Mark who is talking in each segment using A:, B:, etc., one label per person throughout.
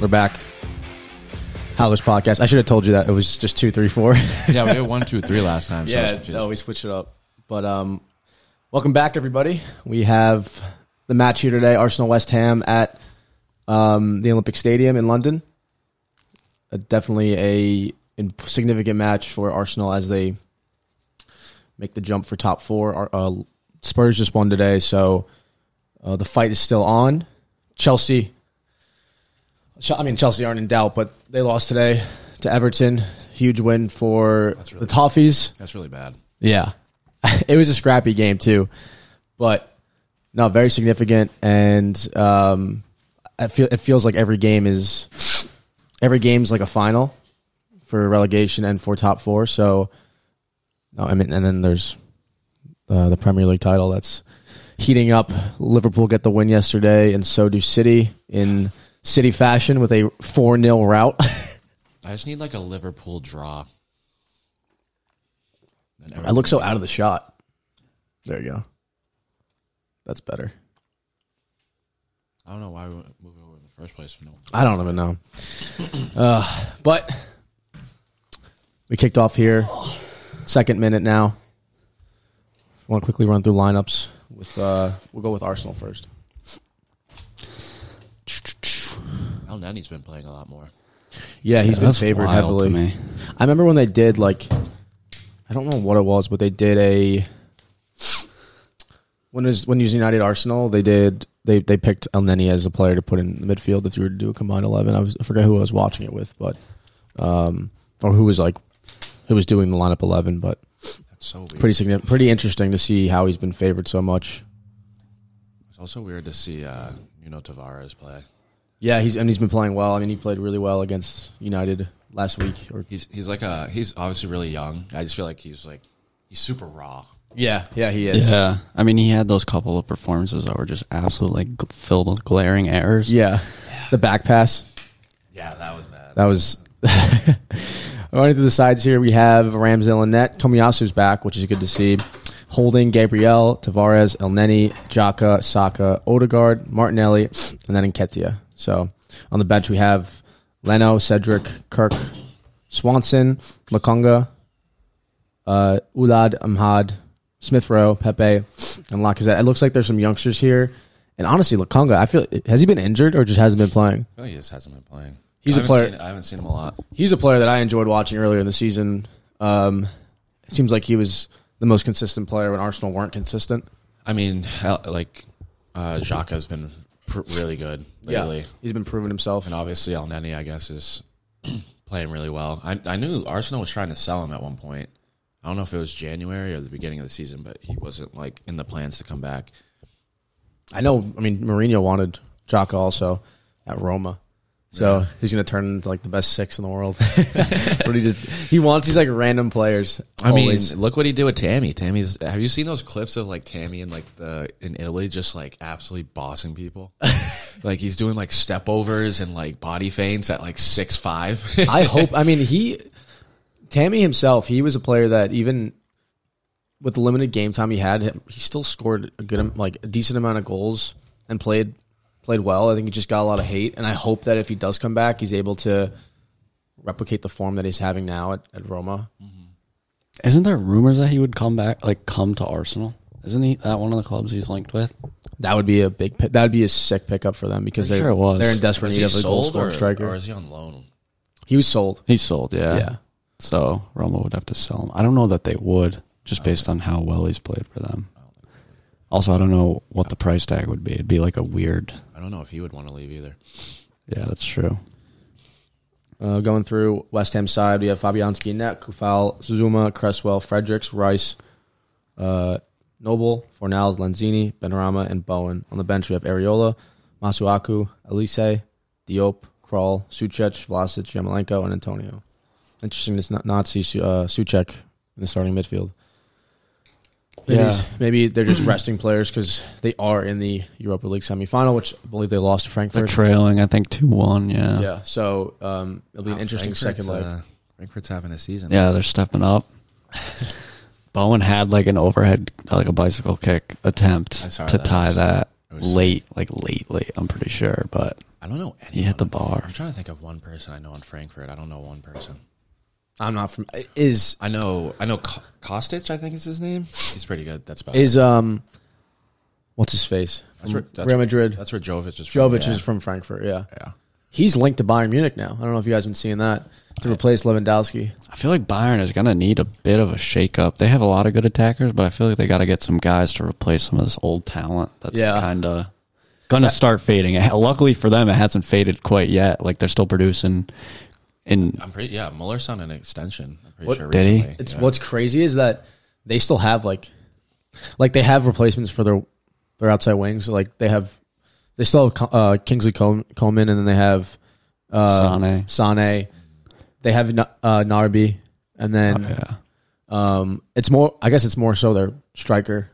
A: We're back. Howler's podcast. I should have told you that it was just two, three, four.
B: Yeah, we did one, two, three last time. So I was
A: yeah,
B: confused.
A: no, we switched it up. But um, welcome back, everybody. We have the match here today: Arsenal West Ham at um, the Olympic Stadium in London. Uh, definitely a in- significant match for Arsenal as they make the jump for top four. Ar- Uh, Spurs just won today, so uh, the fight is still on. Chelsea, Ch- I mean Chelsea aren't in doubt, but they lost today to Everton. Huge win for the Toffees.
B: That's really bad.
A: Yeah. it was a scrappy game too. But no, very significant and um I feel it feels like every game is every game's like a final for relegation and for top 4. So no, I mean and then there's uh, the Premier League title that's heating up. Liverpool get the win yesterday and so do City in City fashion with a 4-0 rout.
B: I just need like a Liverpool draw. And
A: I look so out of the shot. There you go. That's better.
B: I don't know why we went- moved over in the first place. No.
A: I don't even know. Uh, but we kicked off here. Second minute now. Want to quickly run through lineups with? Uh, we'll go with Arsenal first.
B: Al Nenny's been playing a lot more.
A: Yeah, he's been
C: That's
A: favored
C: wild
A: heavily.
C: To me.
A: I remember when they did like, I don't know what it was, but they did a when it was when it was United Arsenal. They did they they picked El Neni as a player to put in the midfield if you were to do a combined eleven. I was I forget who I was watching it with, but um or who was like who was doing the lineup eleven, but
B: That's so weird.
A: pretty significant, pretty interesting to see how he's been favored so much.
B: It's also weird to see uh, Nuno Tavares play.
A: Yeah, he's and he's been playing well. I mean, he played really well against United last week. Or
B: He's he's like a he's obviously really young. I just feel like he's like he's super raw.
A: yeah, yeah, he is.
C: Yeah, I mean, he had those couple of performances that were just absolutely gl- filled with glaring errors.
A: yeah. The back pass.
B: Yeah, that was bad.
A: That was running through the sides here. We have Ramsdale and Net. Tomiyasu's back, which is good to see. Holding Gabriel, Tavares, Elneny, Jaka, Saka, Odegaard, Martinelli, and then Nketiah. So on the bench we have Leno, Cedric, Kirk, Swanson, Makonga, uh, Ulad, Amhad, Smith Rowe, Pepe, and Lacazette. It looks like there's some youngsters here. And honestly, Lakonga, I feel has he been injured or just hasn't been playing?
B: I feel like he just hasn't been playing.
A: He's
B: I
A: a
B: haven't
A: player-
B: seen- I haven't seen him a lot.
A: he's a player that I enjoyed watching earlier in the season. Um, it seems like he was the most consistent player when Arsenal weren't consistent.
B: I mean, hell, like uh, Xhaka has been pr- really good lately,
A: he's been proving himself.
B: and obviously El Neni, I guess, is playing really well. I, I knew Arsenal was trying to sell him at one point. I don't know if it was January or the beginning of the season, but he wasn't like in the plans to come back.
A: I know. I mean, Mourinho wanted Jaka also at Roma, so he's going to turn into like the best six in the world. but he just he wants these like random players.
B: I
A: always.
B: mean, look what he did with Tammy. Tammy's. Have you seen those clips of like Tammy in like the in Italy, just like absolutely bossing people? like he's doing like step overs and like body feints at like six five.
A: I hope. I mean, he, Tammy himself, he was a player that even with the limited game time he had, he still scored a good, am- like a decent amount of goals and played played well. I think he just got a lot of hate, and I hope that if he does come back, he's able to replicate the form that he's having now at, at Roma.
C: Isn't there rumors that he would come back, like come to Arsenal? Isn't he that one of the clubs he's linked with?
A: That would be a big. That would be a sick pickup for them because
C: Pretty
A: they're
C: sure it was.
A: they're in desperate
B: Is
A: need
B: he
A: of a goal
B: sold
A: scoring
B: or,
A: striker.
B: or is he on loan?
A: he was sold.
C: He's sold, yeah.
A: Yeah.
C: So Roma would have to sell him. I don't know that they would. just based on how well he's played for them. Also, I don't know what the price tag would be. It'd be like a weird.
B: I don't know if he would want to leave either.
C: Yeah, that's true.
A: Uh, going through West Ham side, we have Fabianski, Net, Kufal, Zuma, Cresswell, Fredericks, Rice, uh, Noble, Fornals, Lanzini, Benarama, and Bowen. On the bench, we have Areola, Masuaku, Elise, Diop, Kral, Suchek, Vlasic, Yamalenko, and Antonio. Interesting to not, not see Su- uh, Suchek in the starting midfield. Maybe,
C: Yeah.
A: maybe they're just resting players because they are in the Europa League semifinal, which I believe they lost to
C: They're
A: Frankfurt.
C: trailing, I think, 2 1. Yeah. yeah.
A: Yeah, so um, it'll be an
B: Wow,
A: interesting
B: Frankfurt's,
A: second leg.
B: uh, Frankfurt's having a season.
C: they're stepping up. Bowen had like an overhead, like a bicycle kick
B: I
C: attempt
B: saw
C: to
B: that.
C: tie
B: It was-
C: that
B: It was-
C: late, like late, late, I'm pretty sure. But
B: I don't know.
C: He hit the
B: anyone.
C: bar.
B: I'm trying to think of one person I know in Frankfurt. I don't know one person.
A: I'm not from. Is
B: I know. I know Ko- Kostic. I think is his name. He's pretty good. That's about
A: is um, what's his face?
B: That's
A: From
B: right, that's
A: Real
B: right.
A: Madrid.
B: That's where Jovic is. From.
A: Jovic
B: Yeah.
A: is from Frankfurt. Yeah,
B: Yeah.
A: he's linked to Bayern Munich now. I don't know if you guys have been seeing that to replace Lewandowski.
C: I feel like Bayern is going to need a bit of a shakeup. They have a lot of good attackers, but I feel like they got to get some guys to replace some of this old talent that's
A: Yeah.
C: kind of going to start fading. It- Luckily for them, it hasn't faded quite yet. Like they're still producing. In
B: I'm pretty. Yeah, Muller signed an extension. I'm pretty
A: What-
B: sure
C: Did he?
B: recently.
A: It's
B: yeah.
A: what's crazy is that they still have like, like they have replacements for their their outside wings. Like they have, they still have Co- uh, Kingsley Com- Coman, and then they have uh,
C: Sané.
A: Sane. They have Na- uh, Narby, and then
C: Oh, yeah.
A: Um, it's more. I guess it's more so their striker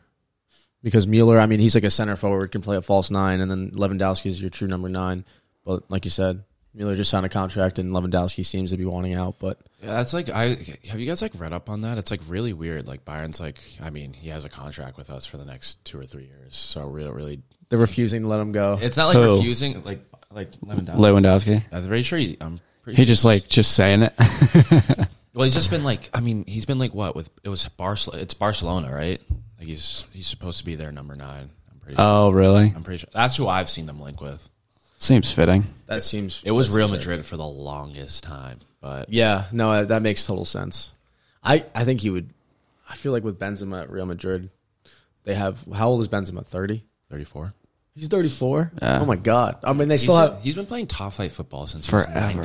A: because Mueller. I mean, he's like a center forward, can play a false nine, and then Lewandowski is your true number nine. But like you said, Mueller just signed a contract, and Lewandowski seems to be wanting out. But
B: Yeah, that's like I have you guys like read up on that? It's like really weird. Like Byron's like I mean, he has a contract with us for the next two or three years. So we don't really
A: they're refusing to let him go.
B: it's not like
C: Who?
B: refusing like like Lewandowski.
C: Lewandowski.
B: I'm pretty sure he I'm pretty
C: He just like just saying it.
B: Well he's just been like I mean, he's been like what with it was Barcelona it's Barcelona, right? Like he's he's supposed to be their number nine. I'm pretty sure.
C: oh, really?
B: I'm pretty sure that's who I've seen them link with.
C: Seems fitting.
A: that seems.
B: It was
A: that
B: Real
A: seems
B: Madrid for the longest time. But
A: right. Yeah, no, uh, that makes total sense. I I think he would. I feel like with Benzema at Real Madrid, they have. How old is Benzema? Thirty.
B: thirty four.
A: He's thirty four. Oh my god! I mean, they still have.
B: he's been playing top flight football since he was
C: Forever.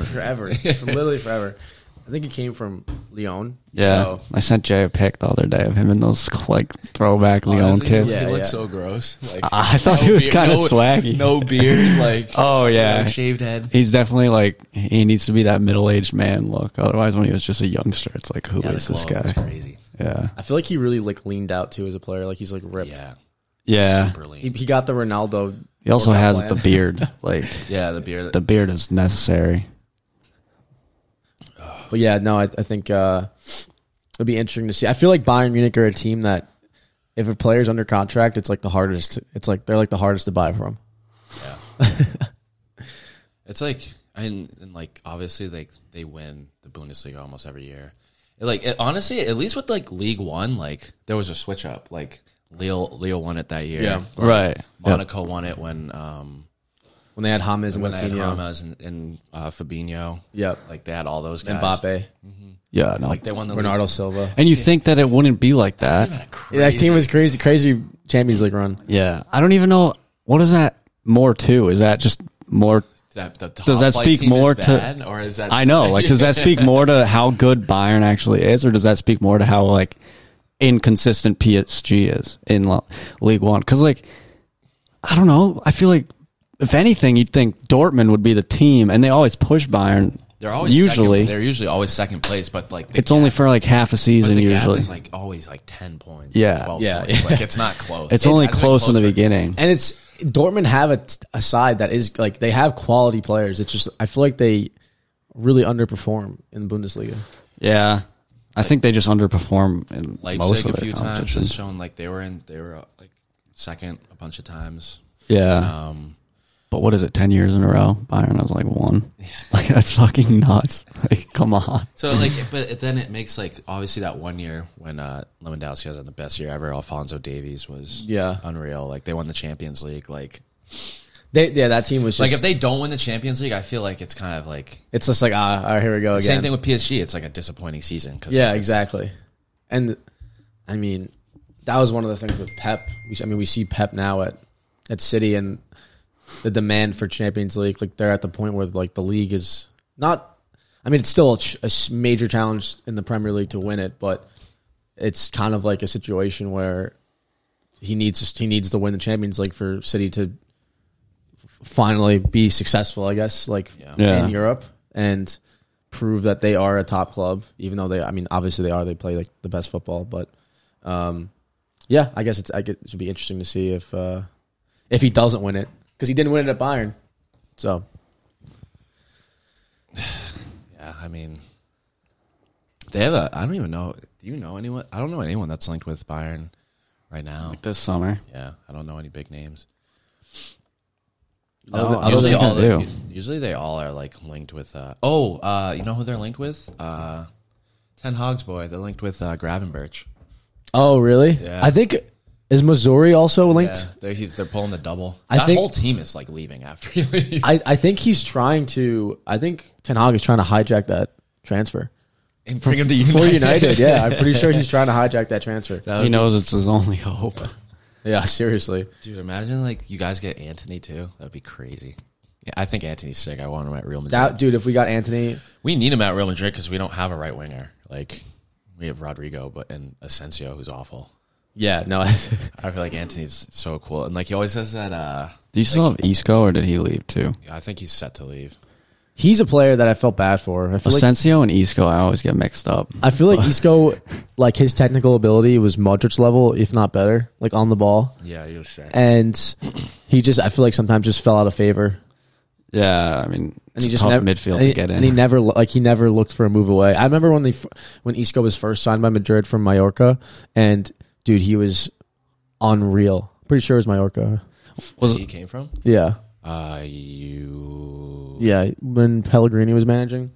A: forever, For literally forever. I think he came from Lyon.
C: Yeah.
A: So,
C: I sent Jay a pic the other day of him in those like throwback Leon
B: Honestly,
C: kids.
B: He
A: Yeah,
B: looked
A: yeah.
B: so gross. Like,
C: I thought he was
B: beard-
C: kinda
B: no-
C: swaggy.
B: No beard, like
C: Oh, yeah.
B: shaved head.
C: He's definitely like he needs to be that middle aged man look. Otherwise, when he was just a youngster, it's like who is
B: Yeah, the
C: this
B: glow was
C: guy?
B: Crazy.
C: Yeah,
A: I feel like he really like leaned out too as a player. Like he's like ripped.
B: Yeah.
C: yeah.
B: Super lean.
A: He, he got the Ronaldo.
C: He also
A: workout
C: has
A: plan.
C: the beard. Like
B: yeah, the beard.
C: the beard is necessary.
A: But yeah, no, I, I think uh, it'll be interesting to see. I feel like Bayern Munich are a team that if a player's under contract, it's like the hardest. It's like they're like the hardest to buy from.
B: it's like I mean, and like obviously like they win the Bundesliga almost every year. It, like it, honestly, at least with like League One, like there was a switch up. Like Leo Leo won it that year.
A: Yeah.
B: Like,
C: Right.
B: Monaco won it when um
A: When they had James and
B: when they had
A: Coutinho,
B: Ramos and, and uh, Fabinho.
A: Yep.
B: Like they had all those guys.
A: Mbappe,
C: Yeah. No.
B: Like they won the league.
A: Bernardo Silva.
C: and you think that it wouldn't be like that?
B: Had a
A: Yeah, that team was crazy, crazy Champions League run.
C: Yeah. I don't even know what is that more to. Is that just more?
B: that the top
C: Does that
B: flight
C: speak
B: team is
C: more to-
B: bad, or is that
C: I know. Like, does that speak more to how good Bayern actually is, or does that speak more to how like inconsistent PSG is in Lo- League One? Because like, I don't know. I feel like if anything, you'd think Dortmund would be the team, and they always push Bayern.
B: They're always
C: usually.
B: second- they're usually always second place, but like the
C: it's only for like half a
B: but
C: season
B: the gap
C: usually.
B: is like always like ten points.
C: Yeah.
B: 12
A: Yeah.
B: points. like it's not close.
C: it's
B: It
C: only
B: hasn't been
C: close in the
B: for-
C: beginning.
A: And it's Dortmund have a, a side that is like they have quality players. It's just I feel like they really underperform in the Bundesliga.
C: Yeah, I think they just underperform in most
B: Leipzig
C: of
B: a
C: their
B: few times
C: competitions.
B: has shown like they were in they were uh, like second a bunch of times.
C: Yeah,
B: Um,
C: but what is it? Ten years in a row, Bayern was like one. Like that's fucking nuts. Like, come on.
B: so like, but it- then it makes like obviously that one year when uh, Lewandowski was on the best year ever. Alfonso Davies was
A: Yeah.
B: unreal. Like they won the Champions League. Like
A: They, yeah, that team was just
B: like if they don't win the Champions League, I feel like it's kind of like
A: It's just like ah, all right, here we go again.
B: same thing with PSG. It's like a disappointing season. Cause
A: Yeah,
B: it's-
A: exactly. And I mean, that was one of the things with Pep. We, I mean, we see Pep now at at City and the demand for Champions League. Like they're at the point where like the league is not. I mean, it's still a, ch- a s- major challenge in the Premier League to win it, but it's kind of like a situation where he needs he needs to win the Champions League for City to f- finally be successful. I guess like
B: Yeah.
C: Yeah.
A: in Europe and prove that they are a top club. Even though they, I mean, obviously they are. They play like the best football, but um, yeah, I guess it's I guess it should be interesting to see if uh, if he doesn't win it because he didn't win it at Bayern. So
B: Yeah, I mean, they have a. I don't even know. Do you know anyone? I don't know anyone that's linked with Bayern right now.
C: Like this summer.
B: Yeah, I don't know any big names.
C: No, I don't
B: usually
C: think I
B: all the-
C: do.
B: usually they all are like linked with. Uh, oh, uh, you know who they're linked with? Uh, Ten Hogs boy. They're linked with uh, Gravenberch.
A: oh really?
B: Yeah.
A: I think is Missouri also linked.
B: Yeah, they're, he's they're pulling the double.
A: I
B: that
A: think-
B: whole team is like leaving after he leaves.
A: I, I think he's trying to. I think Ten Hag is trying to hijack that transfer
B: and bring him to United.
A: for United. yeah, I'm pretty sure he's trying to hijack that transfer.
B: That would
C: He
B: be-
C: knows it's his only hope.
A: Oh, Yeah, seriously.
B: dude. Imagine like you guys get Anthony too. That'd be crazy. Yeah, I think Anthony's sick. I want him at Real Madrid.
A: That dude, if we got Anthony,
B: We need him at Real Madrid because we don't have a right winger. Like we have Rodrigo, but and Asensio, who's awful.
A: yeah, no,
B: I feel like Anthony's so cool, and like he always says that. uh
C: Do you still have Isco or did he leave too?
B: I think he's set to leave.
A: he's a player that I felt bad for. I feel like
C: Asensio and Isco, I always get mixed up.
A: I feel like Isco, like his technical ability was Modric's level, if not better, like on the ball,
B: Yeah, you're saying.
A: and he just I feel like sometimes just fell out of favor.
C: Yeah, I mean,
A: And
C: it's
A: he
C: a
A: just
C: tough
A: nev-
C: midfield
A: and he,
C: to get in.
A: and he never lo- like he never looked for a move away. I remember when the f- when Isco was first signed by Madrid from Mallorca, and dude, he was unreal. Pretty sure it was Mallorca.
C: was-
B: he came from?
A: Yeah,
B: Uh, you.
A: yeah. When Pellegrini was managing,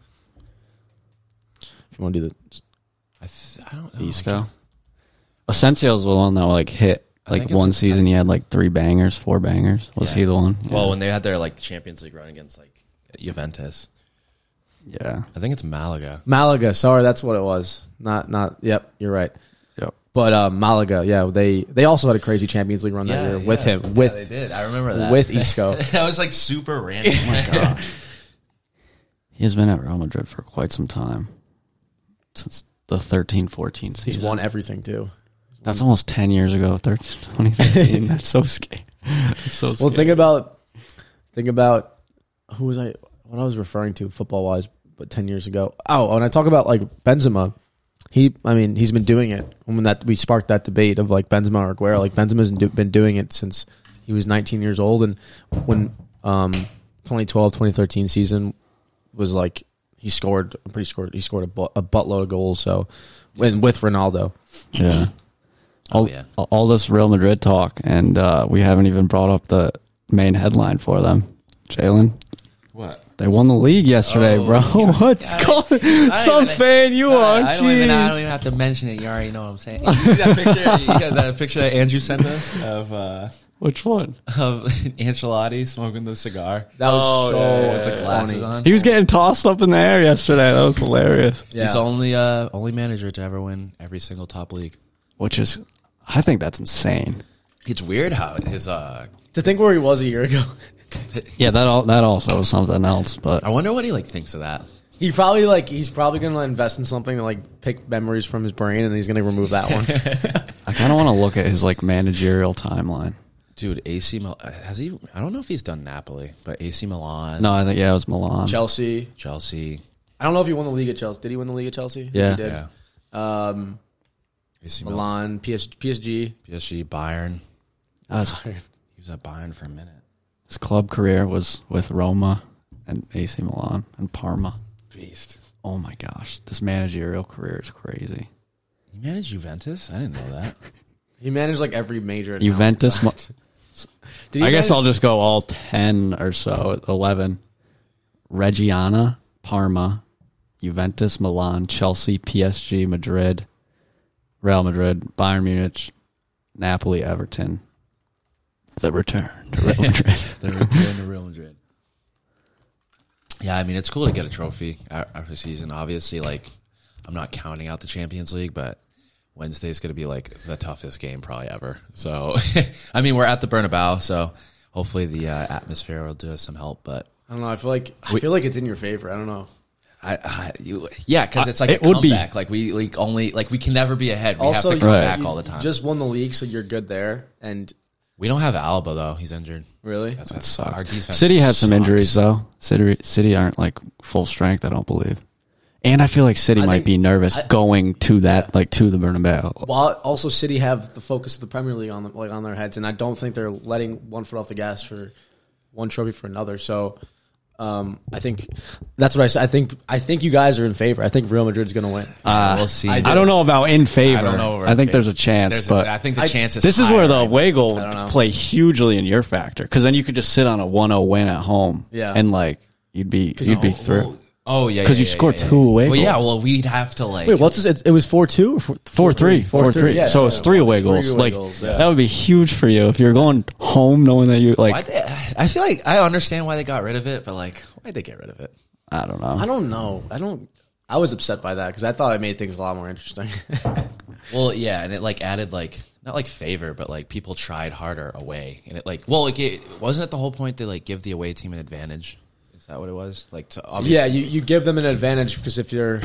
A: if you want to do the
B: I, th- I don't know.
C: Isco. Asensio's the one that like hit
B: I
C: like
B: think it's
C: one
B: a-
C: season. He had like three bangers, four bangers. Was
B: Yeah.
C: he the one?
B: Well, when they had their like Champions League run against like Juventus,
C: yeah. yeah.
B: I think it's Malaga.
A: Malaga. Sorry, that's what it was. Not not. Yep, you're right.
C: Yep.
A: But uh, Malaga, yeah, they they also had a crazy Champions League run that year with him,
B: they
A: with
B: did. I remember that
A: with Isco.
B: that was like super random.
C: He has been at Real Madrid for quite some time. Since the 13 14
A: He's
C: season.
A: won everything too.
C: That's almost 10 years ago, 13, 2013. That's so scary. It's so
A: Well,
C: scary.
A: think about think about who was I what I was referring to football wise, but ten years ago. Oh, when I talk about like Benzema, he I mean he's been doing it. When that we sparked that debate of like Benzema or Aguero, like Benzema's do, been doing it since he was 19 years old, and when um 2012 2013 season was like he scored I'm pretty scored he scored a, bu- a buttload of goals. So when with Ronaldo,
C: yeah. All,
B: Oh, yeah.
C: all this Real Madrid talk, and uh, we haven't even brought up the main headline for them. Jalen,
B: what?
C: they won the league yesterday,
B: Oh,
C: bro.
B: yeah.
C: What's
B: I-
C: going Some
B: even-
C: fan you are.
B: I don't, even, I
C: jeez.
B: don't even have to mention it. You already know what I'm saying. You see that picture? You got that picture that Andrew sent us of uh,
C: Which one?
B: of Ancelotti smoking the cigar. Oh,
A: That was so
B: with the glasses
A: funny.
B: on.
C: He was getting tossed up in the air yesterday. That was hilarious.
B: He's only uh, only manager to ever win every single top league.
C: Which is, I think that's insane.
B: It's weird how his uh,
A: to think where he was a year ago.
C: Yeah, that all that also was something else. But
B: I wonder what he like thinks of that.
A: He probably like he's probably gonna invest in something to like pick memories from his brain, and he's gonna remove that one.
C: I kind of want to look at his like managerial timeline.
B: Dude, AC Mil- has he? I don't know if he's done Napoli, but AC Milan,
C: No, I think yeah, it was Milan.
A: Chelsea.
B: Chelsea,
A: I don't know if he won the league at Chelsea. Did he win the league at Chelsea?
C: Yeah.
A: he did.
B: yeah,
A: Um,
B: AC Milan,
A: Milan, PS, PSG.
B: PSG, Bayern.
C: Uh, his,
B: He was at Bayern for a minute.
C: his club career was with Roma and AC Milan and Parma.
B: Beast.
C: Oh my gosh, this managerial career is crazy.
B: He managed Juventus. I didn't know that.
A: He managed like every major. at
C: Juventus. Mo-
A: Milan. Did he
C: I guess
A: manage-
C: I'll just go all ten or so. Eleven. Reggiana, Parma, Juventus, Milan, Chelsea, PSG, Madrid, Real Madrid, Bayern Munich, Napoli, Everton. The return to Real Madrid.
B: They're doing the Real Madrid. Yeah, I mean it's cool to get a trophy a- after season. Obviously, like I'm not counting out the Champions League, but Wednesday's going to be like the toughest game probably ever. So, I mean, we're at the Bernabeu, so hopefully the uh, atmosphere will do us some help. But
A: I don't know. I feel like I feel like it's in your favor. I don't know.
B: I, I you, yeah, because it's like
C: it
B: a
C: would be.
B: comeback. Like we like only like we can never be ahead. We have to
A: you-
B: come
C: Right.
B: back
A: you
B: all the time.
A: Just won the league, so you're good there. And
B: we don't have Alba though; he's injured.
A: really,
B: That's
C: That
B: what
C: sucks.
B: Our defense
C: City has some
B: sucks.
C: injuries though. City City aren't like full strength. I don't believe. And I feel like City
A: I
C: might
A: think-
C: be nervous
A: I-
C: going to that, like to the Bernabeu.
A: while also City have the focus of the Premier League on them, like on their heads, and I don't think they're letting one foot off the gas for one trophy for another. So. Um, I think that's what I said. I think I think you guys are in favor. I think Real Madrid's going to win.
B: Yeah, Uh, we'll see.
C: I, don't know about in favor. I
B: I don't know.
C: think there's a chance,
B: There's a-
C: but
B: I think the chance is
C: this is
B: high
C: where the
B: right now.
C: away goal
A: I don't know.
C: would play hugely in your factor because then you could just sit on a 1-0 win at home,
A: Yeah.
C: and like you'd be you'd be through.
B: Oh yeah,
C: 'Cause
B: yeah,
C: you
B: yeah,
C: scored
B: yeah, yeah.
C: two away
B: Well,
C: goals.
B: yeah. Well, we'd have to like.
A: Wait, what's this? It, it was four two or four
C: Four three, four three.
A: yeah,
C: so it's three away goals.
A: away
C: like
A: goals, yeah.
C: that would be huge for you if you're going home knowing that you like
B: why they, I feel like I understand why they got rid of it, but like, why would they get rid of it?
C: I don't know.
A: I don't know. I don't. I was upset by that because I thought it made things a lot more interesting.
B: Well, yeah, and it like added like not like favor, but like people tried harder away, and it like well, like it wasn't it the whole point to like give the away team an advantage? Is that what it was? Like to obviously,
A: yeah, you, you give them an advantage because if you're,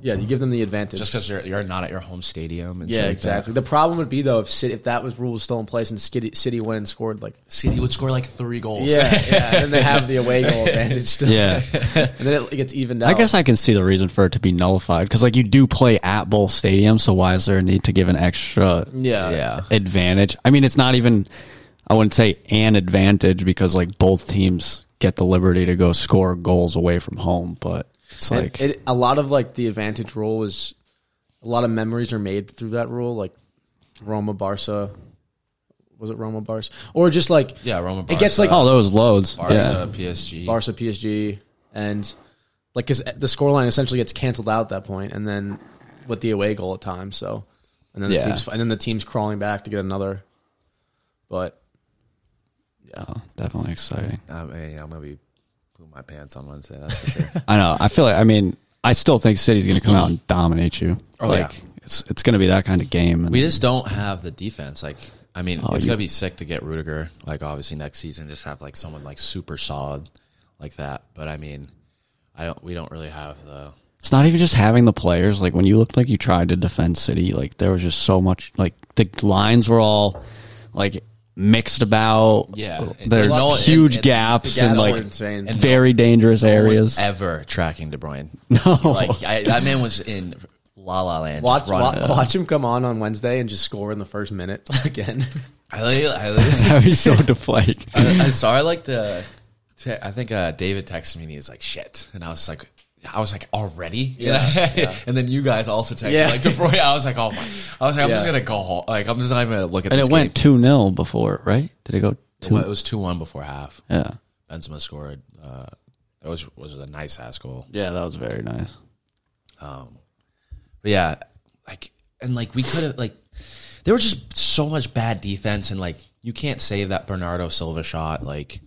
A: yeah, you give them the advantage.
B: just because you're you're not at your home stadium. And shit
A: yeah,
B: like that.
A: exactly. The problem would be though if City, if that was rule was still in place and City, City went and scored like
B: City would score like three goals.
A: yeah, yeah, and then they have the away goal advantage still.
C: yeah.
A: and then it gets evened out.
C: I guess I can see the reason for it to be nullified because, like, you do play at both stadiums, so why is there a need to give an extra
A: yeah,
B: yeah.
C: advantage? I mean, it's not even, I wouldn't say an advantage because, like, both teams get the liberty to go score goals away from home, but it's
A: And
C: like,
A: it, a lot of like the advantage rule was a lot of memories are made through that rule, like Roma Barca. Was it Roma Barca or just like
B: Yeah, Roma. Barca,
A: It gets, like,
C: oh, those loads.
B: Barca,
C: yeah.
B: PSG.
A: Barca PSG and like because the scoreline essentially gets canceled out at that point, and then with the away goal at times. So and then the
C: Yeah.
A: teams and then the team's crawling back to get another. But
C: Oh, definitely exciting.
B: I'm, yeah, Um, I'm gonna be pooing my pants on Wednesday. That's for sure.
C: I know. I feel like, I mean, I still think City's going to come out and dominate you.
B: Oh,
C: like,
B: yeah.
C: it's, it's going to be that kind of game. And
B: we just don't have the defense. Like, I mean,
C: Oh,
B: it's
C: you-
B: gonna be sick to get Rudiger. Like, obviously next season, just have like someone like super solid like that. But I mean, I don't. We don't really have the.
C: It's not even just having the players. Like when you looked like you tried to defend City, like there was just so much. Like the lines were all like mixed about.
B: Yeah.
C: there's
B: And no- and-
C: huge
B: and
C: gaps
B: the
C: and
B: gaps
C: like
A: were insane. And
C: very dangerous areas.
B: was ever tracking De Bruyne?
C: No.
B: like I, that man was in La La Land.
A: watch
B: Watch,
A: wa-
B: running.
A: watch him come on on Wednesday and just score in the first minute again.
B: I, li- I, li-
C: That'd be so deflate.
B: I, I saw like the. te- I think uh, David texted me and he was like, "Shit," and I was like. I was like already, yeah. and then you guys also texted
A: Yeah.
B: like De Bruyne. I was like, oh my! I was like, I'm just
A: Yeah.
B: gonna go home. Like I'm just not even gonna look at.
C: And
B: this
C: it went two 0 before, right? Did it go
B: Game.
C: two?
B: It was two one before half.
C: yeah,
B: Benzema scored. Uh, that was was a nice ass goal.
C: yeah, that was very nice.
B: Um, but yeah, like and like we could have like there was just so much bad defense and like you can't save that Bernardo Silva shot like,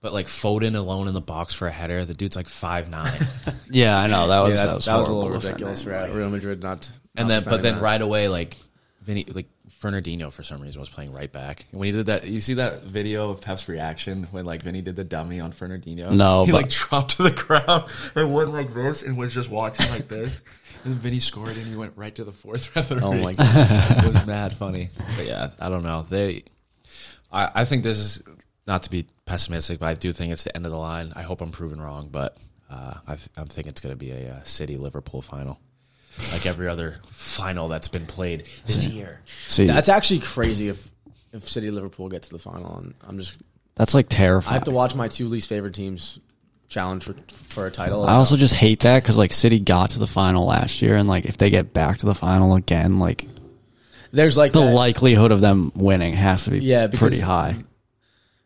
B: but like Foden alone in the box for a header. The dude's like five nine,
C: Yeah, I know that was
A: that,
C: that was,
A: that was a little
C: horrible defending.
A: ridiculous for Real Madrid not.
B: and
A: not
B: then but
A: defending
B: then
A: that.
B: right away like Vinny like. Fernandinho for some reason was playing right back. And when he did that, you see that video of Pep's reaction when like Vinny did the dummy on Fernandinho.
C: No,
B: he
C: but-
B: like dropped to the ground and went like this and was just watching like this. And then Vinny scored and he went right to the fourth referee.
A: Oh my god!
B: it was mad funny. But yeah, I don't know. They, I, I think this is not to be pessimistic, but I do think it's the end of the line. I hope I'm proven wrong, but uh, I th- I'm thinking it's going to be a, uh City Liverpool final, like every other final that's been played this year.
C: See,
A: That's
C: that's,
A: actually crazy if if City Liverpool get to the final and I'm just
C: like
A: I
C: terrifying.
A: have to watch my two least favorite teams challenge for for a title.
C: I also just hate that because like City got to the final last year, and like if they get back to the final again, like
A: there's like
C: the
A: that-
C: likelihood of them winning has to be
A: Yeah, because-
C: pretty high.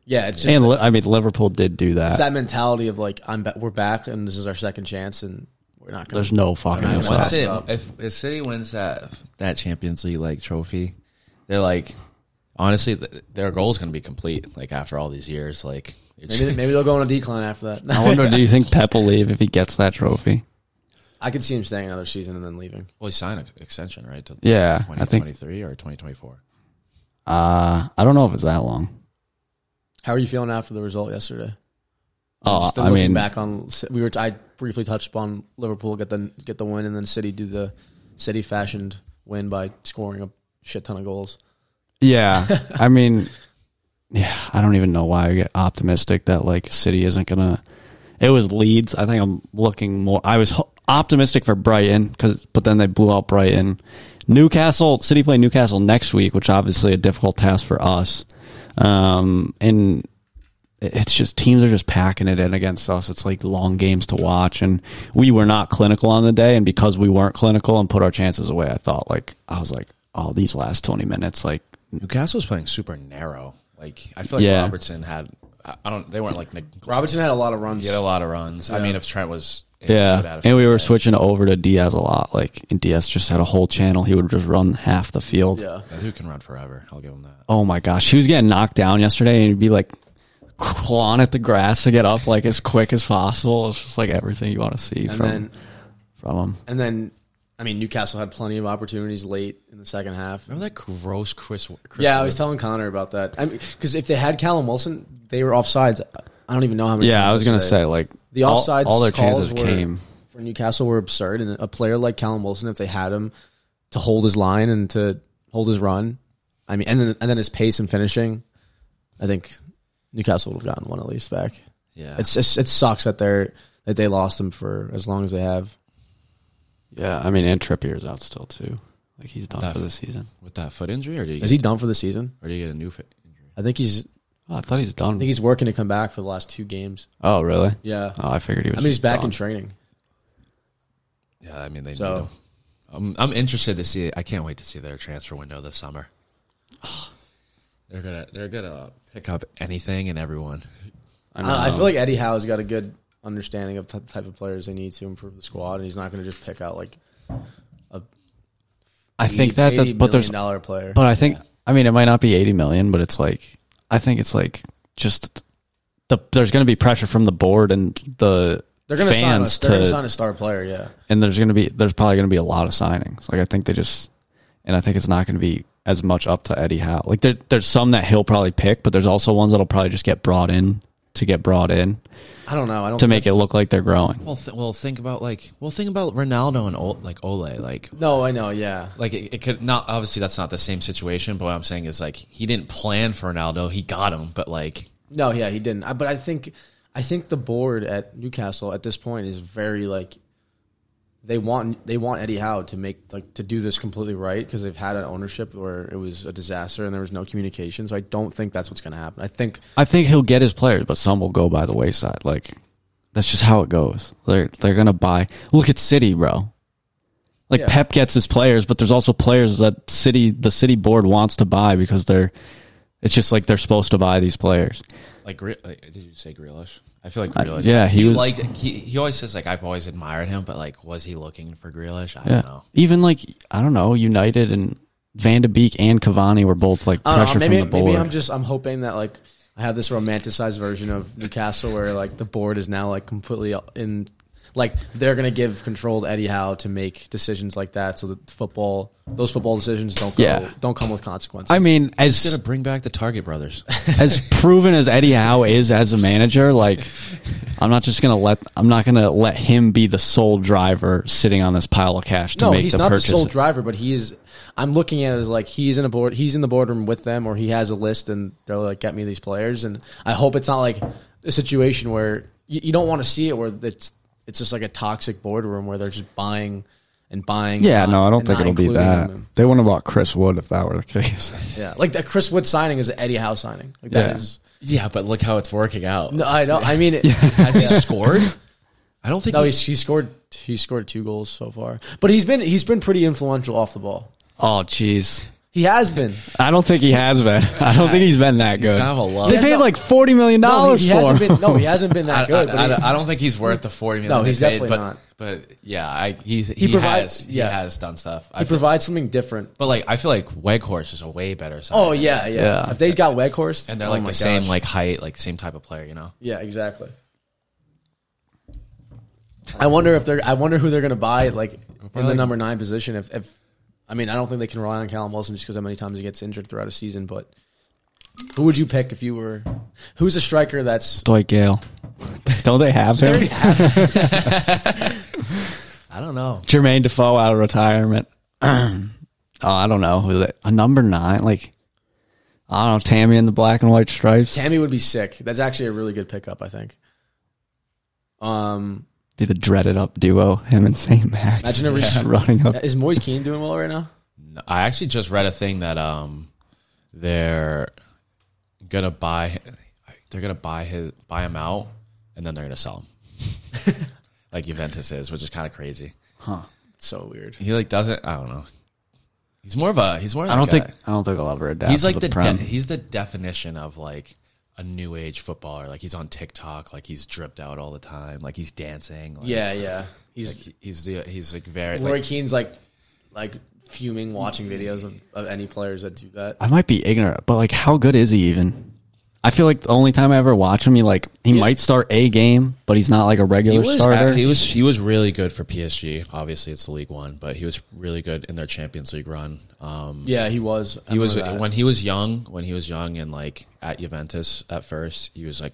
A: Yeah, it's just
C: And li- I mean, Liverpool did do that.
A: it's that mentality of like I'm ba- we're back and this is our second chance and we're not going.
C: There's
A: to
C: no fucking.
A: I mean,
C: way.
A: once
B: Once
A: it-
B: if, if City wins that that Champions League like trophy, they're like honestly th- their goal is going to be complete. Like after all these years, like it's,
A: Maybe, maybe they'll go on a decline after that.
C: I wonder, do you think Pep will leave if he gets that trophy?
A: I could see him staying another season and then leaving.
B: Well, he signed an extension, right? To
C: Yeah, I think.
B: 2023 or 2024.
C: Uh, I don't know if it's that long.
A: How are you feeling after the result yesterday?
C: Oh,
A: Still
C: I
A: looking
C: mean-
A: back on we were. I briefly touched upon Liverpool get the get the win, and then City do the City fashioned win by scoring a shit ton of goals.
C: Yeah, I mean, yeah, I don't even know why I get optimistic that like City isn't gonna. It was Leeds. I think I'm looking more. I was ho- optimistic for Brighton because, but then they blew out Brighton. Newcastle City play Newcastle next week, which obviously a difficult task for us. Um, and it- it's just teams are just packing it in against us. It's like long games to watch, and we were not clinical on the day. And because we weren't clinical and put our chances away, I thought like I was like, oh, these last twenty minutes, like
B: Newcastle's playing super narrow. Like I feel like
C: Yeah.
B: Robertson had. I I don't. They weren't like Nick.
A: Robertson had a lot of runs.
B: He had a lot of runs. I mean, if Trent was would
C: Yeah,
B: have-
C: and we were switching over to Diaz a lot. Like, and Diaz just had a whole channel. He would just run half the field.
A: yeah.
B: Yeah, Who can run forever? I'll give him that.
C: Oh my gosh, he was getting knocked down yesterday, and he'd be like clawing at the grass to get up like as quick as possible. It's just like everything you want to see
A: And
C: from
A: then
C: from him.
A: and then, I mean, Newcastle had plenty of opportunities late in the second half.
C: Oh,
B: Remember that gross Chris? Chris
A: Yeah, I was
B: Wood?
A: telling Connor about that. I because if they had Callum Wilson, they were offsides. I don't even know how many.
C: Yeah,
A: times
C: I was gonna
A: today.
C: say like
A: the
C: all-
A: offsides.
C: All, their
A: calls
C: chances
A: were,
C: came.
A: for Newcastle were absurd, and a player like Callum Wilson, if they had him to hold his line and to hold his run, I mean, and then and then his pace and finishing, I think Newcastle would have gotten one at least back.
B: Yeah,
A: It's just, it sucks that they're that they lost him for as long as they have.
C: Yeah, I mean, and Trippier's out still too. Like he's done
B: That-
C: for the season.
B: with that foot injury, or do you get,
A: Is he done for the season?
B: or do you get a new foot injury?
A: I think he's
C: Oh, I thought he's
A: I
C: done.
A: think he's working to come back for the last two games.
C: oh, really?
A: Yeah,
C: Oh, I figured he
A: I
C: was.
A: mean he's back
C: done.
A: in training.
B: Yeah, I mean they.
A: So-
B: need him. I'm I'm interested to see. I can't wait to see their transfer window this summer. They're gonna they're gonna pick up anything and everyone.
A: I, don't know, I feel like Eddie Howe's got a good understanding of the type of players they need to improve the squad, and he's not going to just pick out like
C: I
A: 80
C: think that. That's,
A: $80
C: but there's
A: million dollar player.
C: But I think I mean it might not be 80 million, but it's like I think it's like just the there's going to be pressure from the board and the
A: They're going to sign. A,
C: fans
A: they're going
C: to
A: to sign a star player. Yeah,
C: and there's going to be there's probably going to be a lot of signings. Like I think they just and I think it's not going to be as much up to Eddie Howe. Like there, there's some that he'll probably pick, but there's also ones that'll probably just get brought in to get brought in
A: I don't know. I don't
C: to
A: think
C: make it
A: that's-
C: look like they're growing.
B: Well, th- well, think about like well, think about Ronaldo and Ol- like Ole, like
A: No, I know. Yeah,
B: like it, it could not. Obviously, that's not the same situation. But what I'm saying is like he didn't plan for Ronaldo. He got him, but like
A: no, yeah, he didn't. I, but I think, I think the board at Newcastle at this point is very like, they want they want Eddie Howe to make like to do this completely right because they've had an ownership where it was a disaster and there was no communication. So I don't think that's what's going to happen. I think
C: I think he'll get his players, but some will go by the wayside. Like that's just how it goes. They're they're gonna buy. Look at City, bro. Like
A: Yeah.
C: Pep gets his players, but there's also players that City the City board wants to buy because they're. It's just like they're supposed to buy these players.
B: like, Gre- like did you say Grealish? I feel like
C: I-
B: Grealish.
C: yeah, he was-
B: like he, he always says like I've always admired him, but like was he looking for Grealish? I
C: Yeah,
B: don't know.
C: even like I don't know, United and Van de Beek and Cavani were both like
A: I don't know,
C: pressure
A: maybe
C: from the board.
A: maybe I'm just I'm hoping that like I have this romanticized version of Newcastle where like the board is now like completely in like they're gonna give control to Eddie Howe to make decisions like that so that football those football decisions don't go,
C: Yeah.
A: don't come with consequences.
C: I mean, as
B: He's gonna bring back the Target brothers.
C: as proven as Eddie Howe is as a manager, like I'm not just gonna let I'm not gonna let him be the sole driver sitting on this pile of cash to
A: no,
C: make
A: he's
C: the
A: not
C: purchase.
A: the sole driver, but he is. I'm looking at it as like he's in a board. He's in the boardroom with them, or he has a list, and they're like, "Get me these players." And I hope it's not like a situation where you, you don't want to see it, where it's it's just like a toxic boardroom where they're just buying and buying.
C: yeah,
A: and
C: no,
A: not-
C: I don't
A: and
C: think
A: not
C: it'll be
A: including
C: that.
A: them.
C: They wouldn't have bought Chris Wood if that were the case.
A: Yeah, like that Chris Wood signing is an Eddie Howe signing. Like that
C: Yeah.
A: is.
B: yeah, but look how it's working out.
A: No, I know. I mean, it,
B: Has he scored? I don't think.
A: no,
B: he-
A: he's, he scored. He scored two goals so far, but he's been he's been pretty influential off the ball.
C: oh, jeez.
A: He has been.
C: I don't think he has been. I don't think he's been that good.
B: kind of a low.
C: They
A: Yeah,
C: paid
A: no.
C: like forty million
A: No,
C: dollars
A: he, he
C: for.
A: hasn't
C: him.
A: been. No, he hasn't been
B: I,
A: that good.
B: I-
A: but
B: I-
A: he-
B: I don't think he's worth the forty million.
A: No, he's
B: they paid,
A: definitely
B: but,
A: not.
B: But yeah, I, he's, he
A: provides-
B: has
A: yeah.
B: he has done stuff. I
A: He
B: feel,
A: provides something different.
B: but like I feel like Weghorst is a way better. Sign,
A: Oh yeah, yeah.
C: Yeah.
A: If they got Weghorst,
B: and they're
A: oh
B: like
A: my
B: the same
A: gosh.
B: like height, like same type of player. You know,
A: yeah, exactly. I wonder if they're. I wonder who they're going to buy like in the number nine position. If, if I mean, I don't think they can rely on Callum Wilson just because how many times he gets injured throughout a season. But who would you pick if you were? Who's a striker that's?
C: Dwight Gale. Don't they have him?
A: I don't know.
C: Jermaine Defoe out of retirement. oh, I don't know who that. A number nine, like I don't know. Tammy in the black and white stripes.
A: Tammy would be sick. That's actually a really good pickup. I think. Um,
C: Be the dreaded up duo. Him and Saint Max.
A: Imagine a reason-
C: running up.
A: is Moise Keane doing well right now?
B: No, I actually just read a thing that um they're gonna buy they're gonna buy his buy him out and then they're gonna sell him. like Juventus is, which is kind of crazy.
A: It's so weird.
B: He like doesn't. I don't know. He's more of a. He's more.
C: I don't
B: like a-
C: think. I don't think I'll ever adapt.
B: he's like
C: to
B: the.
C: the,
B: de-
C: prem.
B: he's the definition of like a new age footballer. Like he's on TikTok. Like he's dripped out all the time. Like he's dancing. Like,
A: Yeah, yeah. He's
B: Like, he's the. He's like very.
A: Roy
B: Like,
A: Keane's like like fuming watching videos of, of any players that do that.
C: I might be ignorant, but like, how good is he even? I feel like the only time I ever watch him, he like he might start a game, but he's not like a
B: he
C: regular
B: was,
C: starter.
B: he was he was really good for PSG. Obviously, it's the League One, but he was really good in their Champions League run. Um,
A: Yeah, he was. I
B: he was
A: remember that.
B: when he was young. When he was young and like at Juventus at first, he was like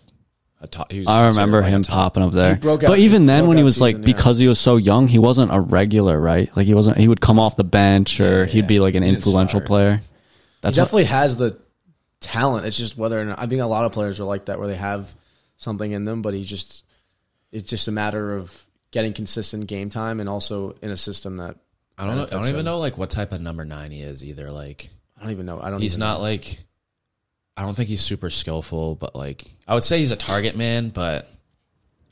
B: a top. He was
C: I
B: considered,
C: remember
B: like, a
C: him
B: top-
C: popping up there.
A: broke out-
C: but
A: he
C: even then,
A: broke
C: when
A: out
C: he was like,
A: season, yeah.
C: because he was so young, he wasn't a regular, right? Like he wasn't. He would come off the bench, or he'd be like an
B: He didn't
C: influential
B: start.
C: player.
A: he
C: That's what,
A: definitely has the talent. It's just whether or not I think a lot of players are like that where they have something in them, but he just it's just a matter of getting consistent game time and also in a system that
B: I don't know. I don't
A: benefits
B: even
A: him.
B: know like what type of number nine he is either. Like
A: I don't even know. I don't
B: he's
A: even
B: not like. I don't think he's super skillful, but like I would say he's a target man, but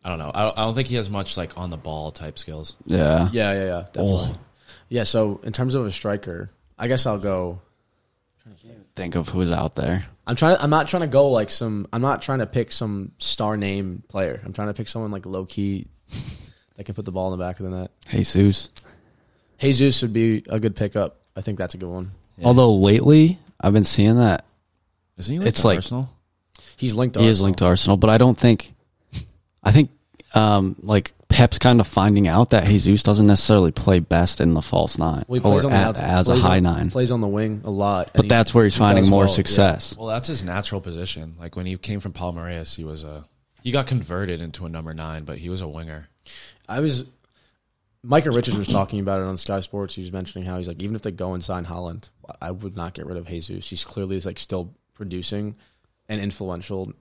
B: I don't know. I don't, I don't think he has much like on the ball type skills.
C: yeah.
A: Yeah, yeah, yeah. Definitely. Yeah, so in terms of a striker, I guess I'll go
C: Think of who's out there.
A: I'm trying. To, I'm not trying to go like some. I'm not trying to pick some star name player. I'm trying to pick someone like low key that can put the ball in the back of the net.
C: Jesus.
A: Jesus would be a good pickup. I think that's a good one.
C: Although lately, I've been seeing that
B: Isn't he?
C: like, It's to like-
B: Arsenal.
A: He's linked.
C: he is linked to Arsenal, but I don't think. I think, um, like Pep's kind of finding out that Jesus doesn't necessarily play best in the false nine
A: Well, he
C: or
A: plays on the
C: at,
A: outs-
C: as a
A: plays
C: high
A: on-
C: nine.
A: Plays on the wing a lot. and
C: But
A: he-
C: that's where he's
A: he
C: finding
A: does
C: more
A: well, yeah.
C: success.
B: Well, that's his natural position. Like when he came from Palmeiras, he was a he got converted into a number nine, but he was a winger.
A: I was. Micah Richards was talking about it on Sky Sports. He was mentioning how he's like, even if they go and sign Holland, I would not get rid of Jesus. He's clearly like still producing and influential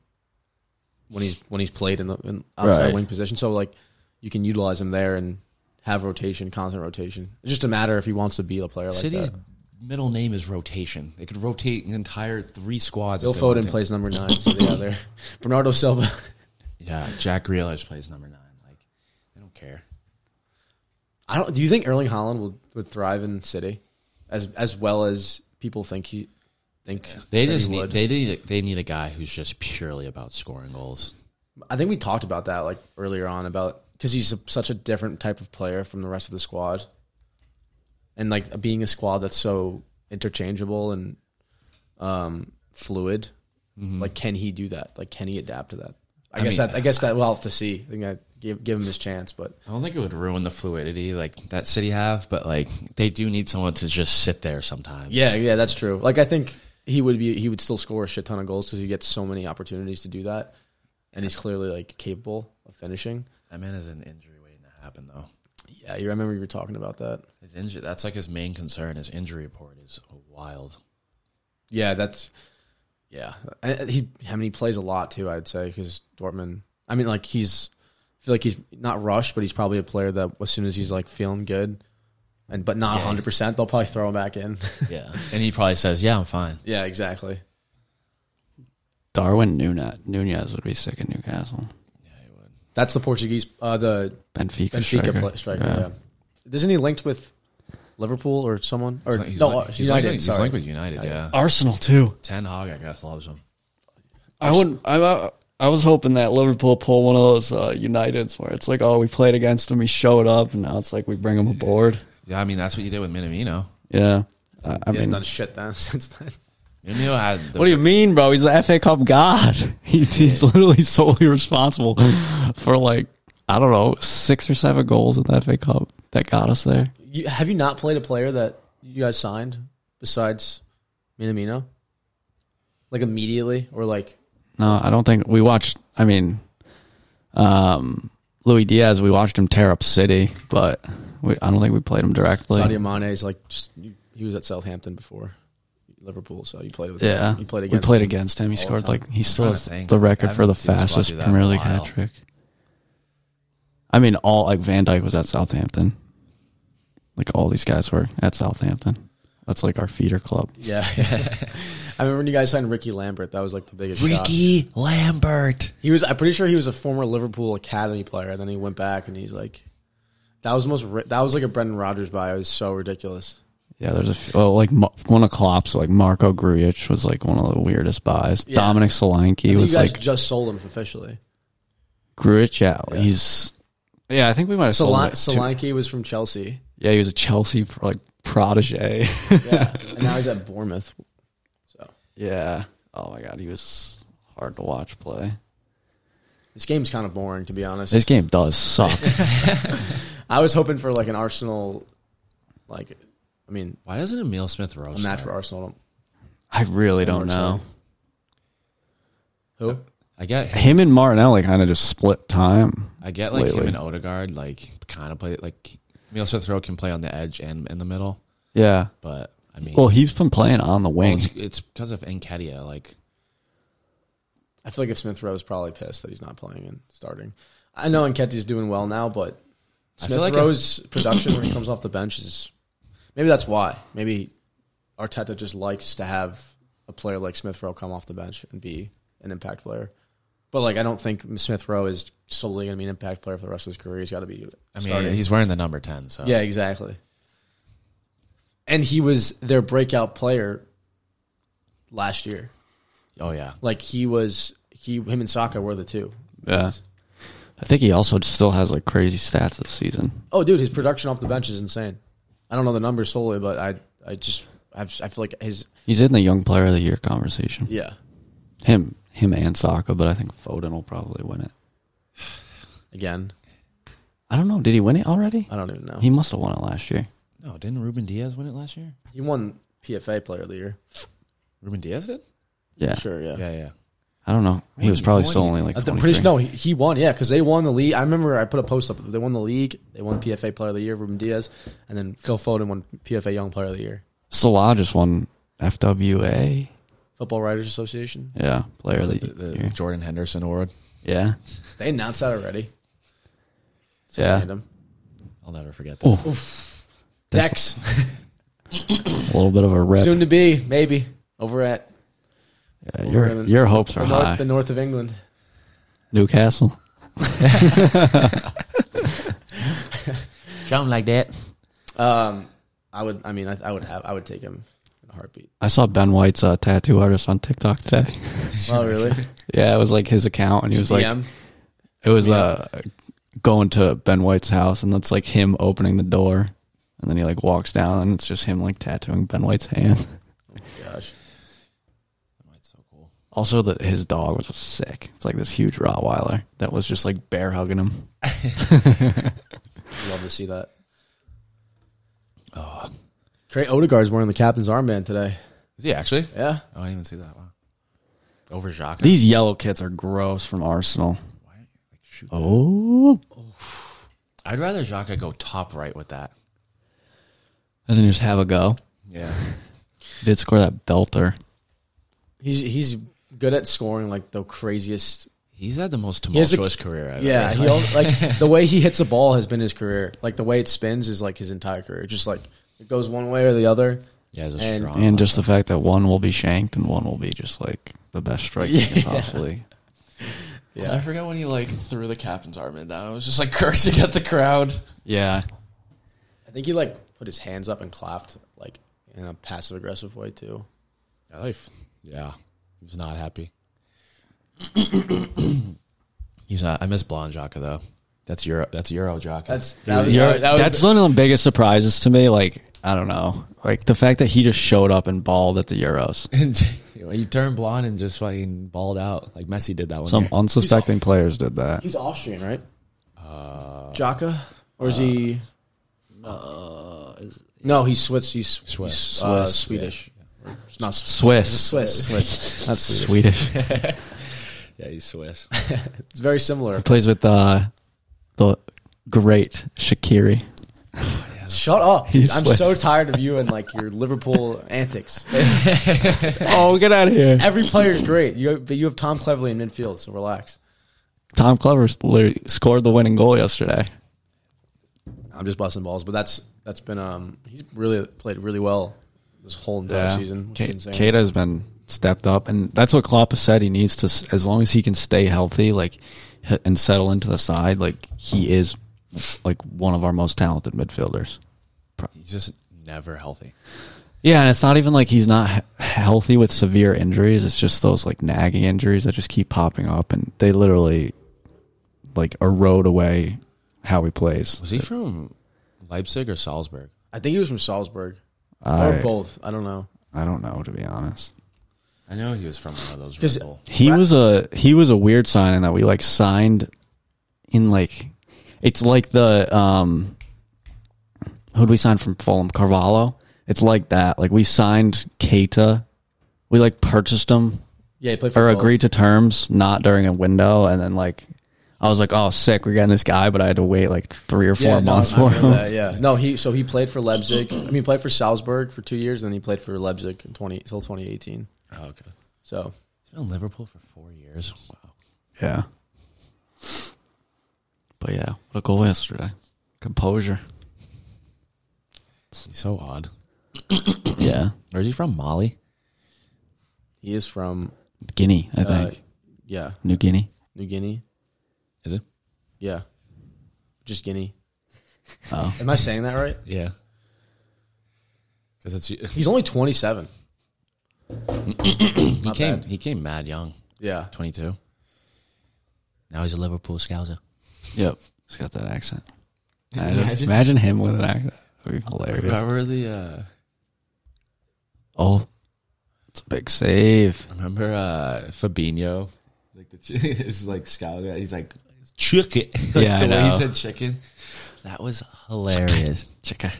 A: when he's when he's played in the in outside
C: Right.
A: wing position. So like, you can utilize him there and have rotation, constant rotation. It's just a matter if he wants to be a player like
B: City's
A: that.
B: middle name is rotation. They could rotate an entire three squads.
A: Bill
B: if they wanted
A: Foden
B: to.
A: plays number nine. So yeah, there. Bernardo Silva.
B: Yeah, Jack Grealish plays number nine. Like they don't care.
A: I don't. Do you think Erling Holland will would thrive in City, as as well as people think he think
B: They
A: that he
B: just need,
A: would?
B: they need they need a guy who's just purely about scoring goals.
A: I think we talked about that like earlier on about because he's a, such a different type of player from the rest of the squad, and like being a squad that's so interchangeable and um, fluid. Like, can he do that? Like, can he adapt to that? I,
B: I
A: guess
B: mean,
A: that I guess that we'll have to see. I think I give give him his chance, but
B: I don't think it would ruin the fluidity like that City have, but like they do need someone to just sit there sometimes.
A: yeah, yeah, that's true. Like, I think he would be he would still score a shit ton of goals because he gets so many opportunities to do that, and he's clearly like capable of finishing.
B: that man is an injury waiting to happen though.
A: Yeah, you I remember you were talking about that.
B: His injury that's like his main concern. His injury report is wild.
A: Yeah, that's yeah. And he, I mean, he plays a lot too. I'd say because Dortmund. I mean, like he's I feel like he's not rushed, but he's probably a player that as soon as he's like feeling good, and but not
B: Yeah.
A: hundred percent, they'll probably throw him back in.
B: Yeah, and he probably says, "Yeah, I'm fine."
A: yeah, exactly.
C: Darwin Nunez, Nunez would be sick in Newcastle.
A: That's the Portuguese, uh, the
C: Benfica,
A: Benfica
C: striker.
A: play, striker. Yeah. isn't he linked with Liverpool or someone? Or
B: he's
A: no,
B: like,
A: uh,
B: he's
A: United.
B: like, he's
A: sorry.
B: like with United. Yeah,
C: Arsenal too.
B: Ten Hag, I guess, loves him.
C: I wouldn't. I, I I was hoping that Liverpool pull one of those uh, Uniteds where it's like, oh, we played against him, he showed up, and now it's like we bring him aboard.
B: Yeah, I mean that's what you did with Minamino.
C: Yeah, I, I
A: he hasn't
C: mean,
A: done shit then since then.
B: Minamino had the,
C: what do you mean, bro? He's the FA Cup god. He, he's literally solely responsible for like. I don't know, six or seven goals in that FA Cup that got us there.
A: You, have you not played a player that you guys signed besides Minamino? Like immediately, or like
C: No, I don't think we watched. I mean, um, Louis Diaz, we watched him tear up City, but we, I don't think we played him directly.
A: Sadio Mane is like just, you- he was at Southampton before Liverpool, so you played with
C: yeah,
A: him. you played
C: we
A: against
C: played
A: him.
C: against him. He
A: all the
C: scored
A: time.
C: like he still
B: trying to
C: has
B: think.
C: the record
B: I
C: for the
B: haven't seen squad
C: fastest
B: do that
C: Premier
B: in a
C: League
B: while.
C: hat trick. I mean, all like Van Dyke was at Southampton. Like all these guys were at Southampton. That's like our feeder club.
A: Yeah, I remember when you guys signed Ricky Lambert. That was like the biggest. shock.
B: Ricky Lambert.
A: He was. I'm pretty sure he was a former Liverpool academy player, and then he went back, and he's like, that was the most. ri- That was like a Brendan Rodgers buy. It was so ridiculous.
C: Yeah, there's a few, well, like Ma- one of Klopp's, like Marco Grujic was like one of the weirdest buys.
A: Yeah.
C: Dominic Solanke
A: He
C: was
A: you guys
C: like
A: just sold him officially.
C: Grujic. Yeah,
A: Yeah.
C: he's yeah. I think we might have sold him
A: Solan-
C: at two-
A: Solanke was from Chelsea,
C: Yeah, he was a Chelsea like protege.
A: yeah, and now he's at Bournemouth. So
C: yeah. Oh my god, he was hard to watch play.
A: this game's kind of boring, to be honest.
C: This game does suck.
A: I was hoping for like an Arsenal, like, I mean,
B: Why doesn't Emil Smith Rowe
A: a match for
B: start?
A: Arsenal.
C: I really don't
A: Martinelli.
C: know.
A: Who?
B: I get
C: Him and Martinelli kind of just split time.
B: I get like him
C: lately.
B: and Odegaard like kind of play like Emil Smith Rowe can play on the edge and in the middle,
C: Yeah.
B: but I mean,
C: Well, he's been playing on the
B: well,
C: wing.
B: it's, it's because of Enkedia. Like
A: I feel like if Smith Rowe's probably pissed that he's not playing and starting. I know Enketi's doing well now, but
B: I
A: Smith
B: feel like
A: Rowe's production when he comes off the bench is maybe that's why. Maybe Arteta just likes to have a player like Smith Rowe come off the bench and be an impact player. But like, I don't think Smith Rowe is solely going to be an impact player for the rest of his career. He's got to be.
B: I mean,
A: starting.
B: he's wearing the number ten. So
A: Yeah, exactly. And he was their breakout player last year.
B: Oh yeah.
A: Like he was he him and Saka were the two.
C: Yeah. I think he also still has like crazy stats this season.
A: Oh dude, his production off the bench is insane. I don't know the numbers solely, but I I just I've, I feel like his
C: He's in the young player of the year conversation.
A: yeah.
C: Him, him, and Saka, but I think Foden will probably win it.
A: Again,
C: I don't know. Did he win it already?
A: I don't even know.
C: He
A: He,
C: must have won it last year.
B: No, didn't Ruben Diaz win it last year?
A: won PFA player of the year.
B: Ruben Diaz did.
C: Yeah,
A: Sure, yeah.
B: Yeah, yeah.
C: I don't know. He was probably still only like.
A: I'm pretty sure,
C: 23.
A: no, he, he won, yeah, because they won the league. I remember I put a post up. They won the league. They won PFA Player of the Year, Ruben Diaz, and then Phil Foden won PFA Young Player of the Year,
C: Salah just won FWA.
A: Football Writers Association.
C: Yeah, player of the,
B: The, the
C: year.
B: Jordan Henderson award.
C: Yeah,
A: They announced that already. It's
C: Yeah.
A: Random.
B: I'll never forget that.
C: Oh.
A: Dex,
C: a little bit of a rep.
A: soon to be, maybe, over at
C: yeah, your your hopes
A: the
C: are
A: north,
C: high.
A: the north of England.
C: Newcastle.
B: Jump like that.
A: Um, I would, I mean, I, I would have, I would take him in a heartbeat.
C: I saw Ben White's uh, tattoo artist on TikTok today.
A: Oh, really?
C: yeah, it was like his account, and he was like,
A: DM?
C: it was uh, going to Ben White's house, and that's like him opening the door, and then he like walks down, and it's just him like tattooing Ben White's hand.
A: gosh,
B: That's so cool.
C: Also, that his dog was sick. It's like this huge Rottweiler that was just like bear hugging him.
A: I'd love to see that.
B: Oh,
A: Craig Odegaard's wearing the captain's armband today.
B: is he actually?
A: Yeah,
B: Oh, I didn't even see that. Wow. Over Jacques.
C: These yellow kits are gross from Arsenal.
B: Why don't you, like, shoot that?
C: Oh,
B: I'd rather Jaka go top right with that.
C: doesn't he just have a go?
B: Yeah.
C: He did score that belter.
A: he's he's good at scoring like the craziest.
B: He's had the most
A: has a-
B: tumultuous career. I've
A: Yeah,
B: ever
A: he al- like the way he hits a ball has been his career. Like the way it spins is like his entire career. Just like it goes one way or the other.
B: Yeah, he's a
A: And-
B: strong.
C: And just the fact that one will be shanked and one will be just like the best strike you can possibly.
B: I forgot when he like threw the captain's armband down. I was just like cursing at the crowd.
C: Yeah.
A: I think he like put his hands up and clapped like in a passive aggressive way too.
B: Life. Yeah, he was not happy. he's not. I miss blonde Jaka though. That's Euro. That's Euro Jaka.
A: That's that was,
C: You're-
A: that was
C: that's one of the biggest surprises to me. Like, I don't know. Like the fact that he just showed up and balled at the Euros.
B: and you, know, he turned blonde and just fucking balled out like Messi did that one.
C: Some
B: year.
C: unsuspecting players did that.
A: he's Austrian, right?
B: Oh, Uh,
A: Jaka, or is he?
B: uh,
A: No, he's Swiss. He's
B: Swiss.
A: Swiss. Uh,
B: Swiss,
A: Swedish. It's not Swiss.
C: Swiss.
A: Swiss.
C: That's Swedish.
B: yeah, he's Swiss.
A: It's very similar.
C: Plays with uh, the great Shakiri.
A: Shut up!
C: He's
A: I'm
C: Swiss.
A: so tired of you and like your Liverpool antics.
C: Oh, get out of here.
A: Every player is great. You but you have Tom Cleverley in midfield, so relax.
C: Tom Clever literally scored the winning goal yesterday.
A: I'm just busting balls, but that's that's been um he's really played really well this whole entire season. which is
C: K-
A: insane.
C: Keita has been stepped up, and that's what Klopp has said. He needs to, s- as long as he can stay healthy, like h- and settle into the side. Like he is, like one of our most talented midfielders.
B: He's just never healthy.
C: Yeah, and it's not even like he's not he- healthy with severe injuries. It's just those like nagging injuries that just keep popping up, and they literally like erode away how he plays.
B: Was he from Leipzig or Salzburg?
A: I think he was from Salzburg
C: I,
A: or both. I don't know.
C: I don't know to be honest.
B: I know he was from one of those
A: Is
B: Red
A: it-
B: Bull.
C: He
A: Ra-
C: was a he was a weird sign in that we like signed in like it's like the um who'd we sign from Fulham? Carvalho? It's like that. Like we signed Keita. We like purchased him
A: Yeah, he played for
C: or
A: both.
C: agreed to terms not during a window and then like I was like, Oh sick, we're getting this guy, but I had to wait like three or four
A: Yeah, no,
C: months
A: I
C: for
A: remember
C: him.
A: that, yeah, no, he so he played for Leipzig. I mean, he played for Salzburg for two years, and then he played for Leipzig in twenty till 2018.
B: Oh, okay.
A: So
B: He's been in Liverpool for four years. Wow.
C: Yeah. But yeah, what a goal yesterday. Composure.
B: He's so odd.
C: yeah.
B: Or is he from Mali?
A: he is from
C: Guinea, I
A: Uh,
C: think.
A: yeah
C: New Guinea.
A: New Guinea.
B: Is it?
A: Yeah, just Guinea.
C: Oh.
A: Am I saying that right?
B: Yeah. Because it's he
A: He's only 27. Not
B: came
A: bad.
B: he came mad young,
A: Yeah,
B: twenty two. Now he's a Liverpool scouser.
C: Yep. He's got that accent. Imagine, imagine him with an accent. That'd be hilarious.
B: Remember the uh,
C: Oh, it's a big save.
B: remember uh, Fabinho? Like the chi- is like scouser. He's like chicken. Like
C: Yeah, I
B: the way
C: know.
B: he said chicken. That was hilarious.
C: Chica.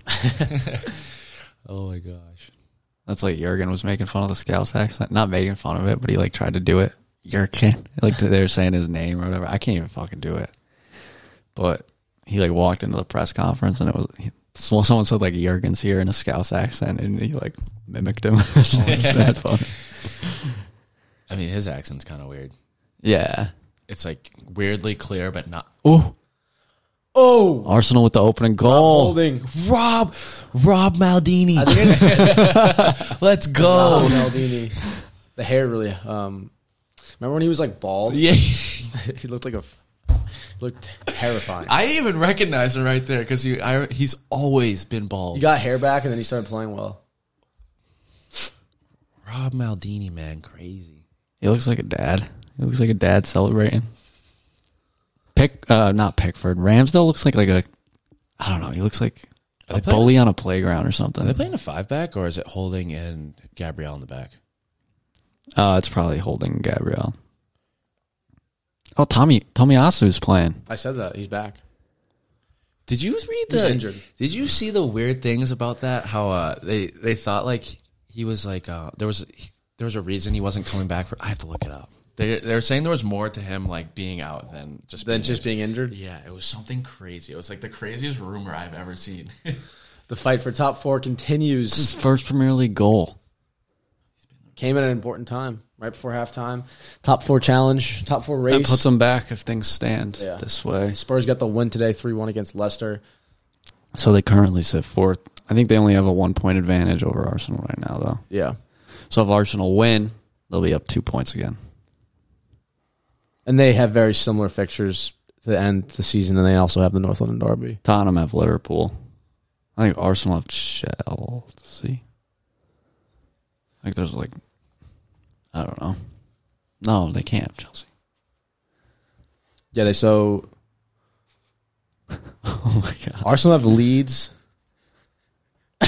B: oh my gosh.
C: That's like Jurgen was making fun of the Scouse accent. Not making fun of it, but he like tried to do it. Jurgen. Like they were saying his name or whatever. I can't even fucking do it. But he like walked into the press conference and it was he, someone said like Jurgen's here in a Scouse accent and he like mimicked
B: Oh,
C: him. It's mad fun.
B: I mean, his accent's kind of weird.
C: Yeah.
B: It's like weirdly clear, but not.
C: Oh,
A: Oh,
C: Arsenal with the opening goal.
A: holding.
B: Rob, Rob Maldini.
A: I think it's
B: Let's
A: Rob Maldini. The hair really. Um, remember when he was like bald?
B: Yeah,
A: he looked like a looked terrifying.
B: I didn't even recognize him right there because he I, he's always been bald.
A: He got hair back, and then he started playing well.
B: Rob Maldini, man, crazy.
C: He looks like a dad. He looks like a dad celebrating. Pick, uh, not Pickford. Ramsdale looks like like a, I don't know. He looks like
B: they
C: a
B: playing-
C: bully on a playground or
B: Are they
C: something.
B: playing a five back or is it holding and Gabrielle in the back?
C: Uh, it's probably holding Gabriel. Oh, Tommy Tomiyasu's playing.
A: I said that he's back.
B: Did you read
A: He's
B: the?
A: injured.
B: Did you see the weird things about that? How uh, they they thought like he was like uh, there was there was a reason he wasn't coming back for. I have to look it up. They they were saying there was more to him like being out than just
A: Then
B: being
A: just being injured.
B: Yeah, it was something crazy. It was like the craziest rumor I've ever seen.
A: The fight for top four continues.
C: His first Premier League goal.
A: Came at an important time, right before halftime. Top four challenge, top four race.
C: That puts him back if things stand
A: Yeah.
C: this way.
A: Spurs got the win today, three one against Leicester.
C: So they currently sit fourth. I think they only have a one point advantage over Arsenal right now, though.
A: Yeah,
C: So if Arsenal win, they'll be up two points again.
A: and they have very similar fixtures to end the season, and they also have the North London derby.
C: Tottenham have Liverpool. I think Arsenal have Chelsea. I think there's like, I don't know. No, they can't have Chelsea.
A: Yeah, they so
C: Oh my god.
A: Arsenal have Leeds.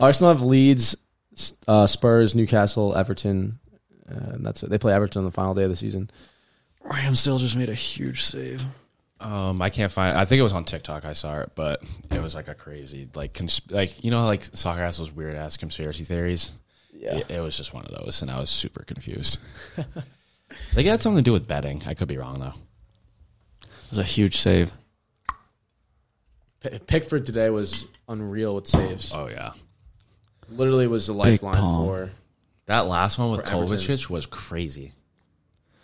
A: Arsenal have Leeds, S- uh, Spurs, Newcastle, Everton, uh, and that's it. They play Everton on the final day of the season.
C: Ramsdale just made a huge save.
B: Um, I can't find. I think it was on TikTok. I saw it, but it was like a crazy, like, consp- like you know, like soccer has those weird ass conspiracy theories.
A: Yeah.
B: it, it was just one of those, and I was super confused. they got something to do with betting. I could be wrong though.
C: It was a huge save.
A: P- Pickford today was unreal with saves.
B: Oh yeah,
A: Literally was a lifeline
C: palm.
A: for.
B: that last one with
A: For Everton.
B: Kovacic was crazy.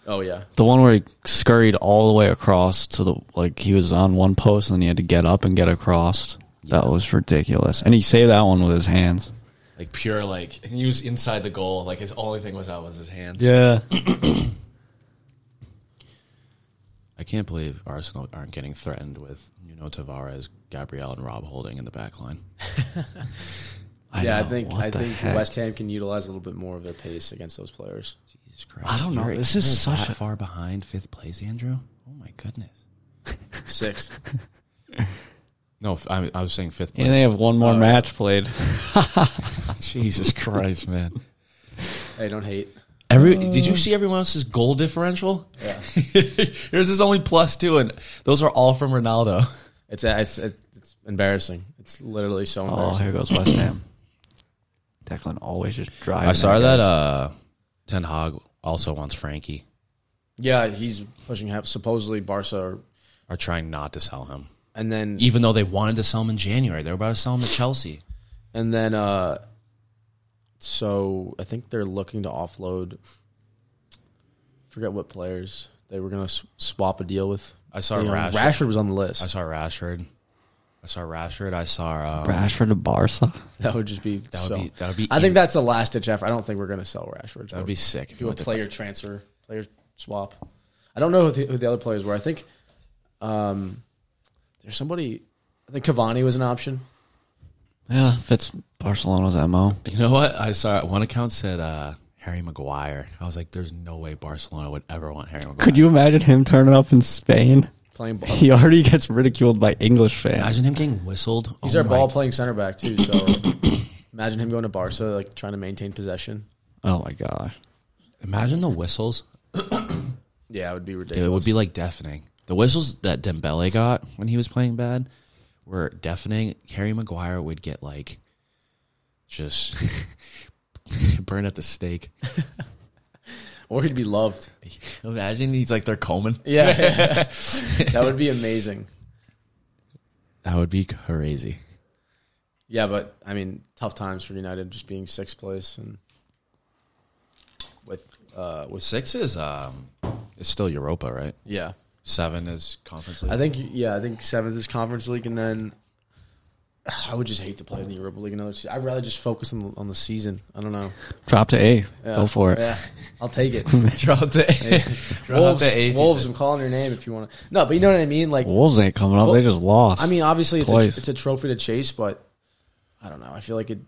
A: Oh yeah,
C: The one where he scurried all the way across to the like he was on one post and then he had to get up and get across. That was ridiculous. And he saved that one with his hands.
B: Like pure, like and he was inside the goal. Like his only thing was out was his hands.
C: Yeah.
B: I can't believe Arsenal aren't getting threatened with Nuno Tavares, Gabriel, and Rob Holding in the back line.
A: yeah. I
C: know.
A: think
C: What
A: I
C: the
A: think
C: heck?
A: West Ham can utilize a little bit more of their pace against those players.
B: Jesus Christ!
C: I don't know.
B: You're-
C: This is
B: you're
C: such
B: that
C: a-
B: far behind fifth place, Andrew. Oh my goodness.
A: Sixth.
B: No, f- I, I was saying fifth place.
C: And they have one more match played.
B: Jesus Christ, man!
A: hey, don't hate.
B: Every did you see everyone else's goal differential? Yeah. Yours is only plus two, and those are all from Ronaldo.
A: It's it's it's embarrassing. It's literally so
C: Oh,
A: embarrassing.
C: here goes West Ham. Declan always just driving.
B: I saw
C: at
B: that
C: guys.
B: uh, Ten Hag also wants Frankie.
A: Yeah, he's pushing half. Supposedly Barca, are-
B: Are trying not to sell him,
A: and then
B: even though they wanted to sell him in January. They were about to sell him to Chelsea.
A: and then uh, so I think they're looking to offload. Forget what players they were gonna s- swap a deal with.
B: I saw
A: You know,
B: Rashford.
A: Rashford was on the list.
B: I saw Rashford. I saw Rashford. I saw uh,
C: Rashford to Barca.
A: That would just be that
B: would be- that would be
A: I think
B: in-
A: that's a last ditch effort. I don't think we're going to sell Rashford.
B: That would be sick if you
A: do a
B: went to
A: player transfer, player swap. I don't know who the, who the other players were. I think um, there's somebody. I think Cavani was an option.
C: Yeah, fits Barcelona's mo.
B: You know what? I saw one account said uh, Harry Maguire. I was like, there's no way Barcelona would ever want Harry Maguire.
C: Could you imagine him turning up in Spain?
A: Playing ball.
B: Oh
C: He already gets ridiculed by English fans.
B: imagine him getting whistled?
A: He's
B: Oh
A: our
B: my-
A: ball playing center back too. So imagine him going to Barca, like trying to maintain possession.
C: Oh my gosh.
B: Imagine the whistles.
A: Yeah, it would be ridiculous.
B: It would be like deafening. The whistles that Dembele got when he was playing bad were deafening. Harry Maguire would get like just burned at the stake.
A: or he'd be loved.
B: Imagine he's like they're Coleman.
A: Yeah, that would be amazing.
B: That would be crazy.
A: Yeah, but I mean, tough times for United, just being sixth place and with uh with
B: Six is um, it's still Europa, right?
A: yeah.
B: Seven is Conference League.
A: I think yeah, I think seventh is Conference League, and then I would just hate to play in the Europa League another. Se- I'd rather just focus on the, on the season. I don't know.
C: Drop to eighth.
A: Yeah.
C: Go for it.
A: Yeah, I'll take it.
B: Drop the
A: Wolves, Wolves. I'm calling your name if you want to. No, but you know what I mean. Like,
C: Wolves ain't coming up. They just lost.
A: I mean, obviously it's a,
C: Twice.
A: it's a trophy to chase, but I don't know. I feel like it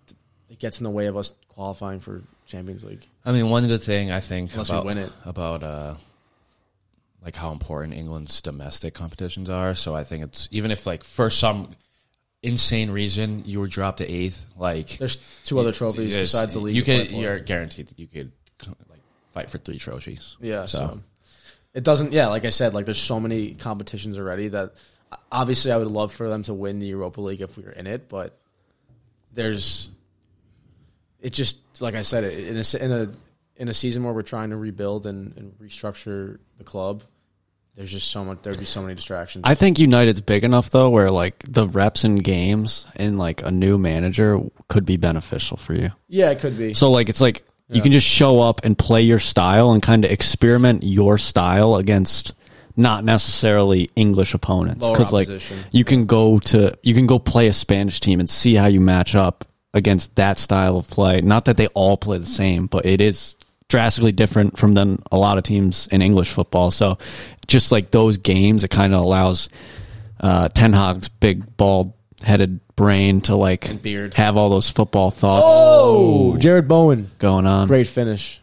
A: it gets in the way of us qualifying for Champions League.
B: I mean, one good thing I think
A: Unless we
B: about
A: win it.
B: about uh, like how important England's domestic competitions are. So I think it's even if like for some insane reason you were dropped to eighth, like
A: There's two other trophies
B: it's-
A: besides the league.
B: you
A: to play
B: could
A: for.
B: you're guaranteed that you could like fight for three trophies.
A: Yeah. So.
B: So.
A: it doesn't. Yeah, like I said, like there's so many competitions already that obviously I would love for them to win the Europa League if we were in it, but there's it just like I said it- in a se- in a in a season where we're trying to rebuild and, and restructure the club. There's just so much. There'd be so many distractions.
C: I think United's big enough though, where like the reps and games and like a new manager could be beneficial for you.
A: yeah, it could be.
C: So like it's like you can just show up and play your style and kind of experiment your style against not necessarily English opponents
A: Lower
C: because like
A: opposition.
C: you can go to you can go play a Spanish team and see how you match up against that style of play. Not that they all play the same, but it is drastically different from than a lot of teams in English football. So just like those games, it kind of allows uh, Ten Hag's big bald headed brain to like
A: beard.
C: have all those football thoughts
A: Oh, Jared Bowen,
C: going on.
A: great finish.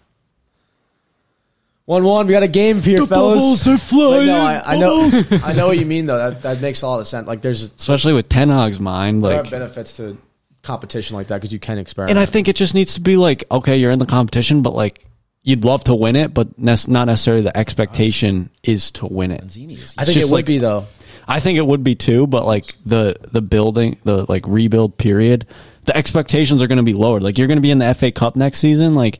A: One one. We got a game here, fellas.
C: are
A: But
C: flying.
A: no, I, I know, I know what you mean though. That that makes a lot of sense. Like, there's
C: Especially with Ten Hag's mind,
A: there
C: like,
A: are benefits to competition like that because you can experiment.
C: and I think it just needs to be like, okay, you're in the competition, but like, you'd love to win it, but nes- not necessarily the expectation is to win it.
B: Mancini is
A: I think it
C: just
A: would
C: like-
A: be though.
C: I think it would be too, but like the the building, the like rebuild period, the expectations are going to be lowered. Like you're going to be in the FA Cup next season. Like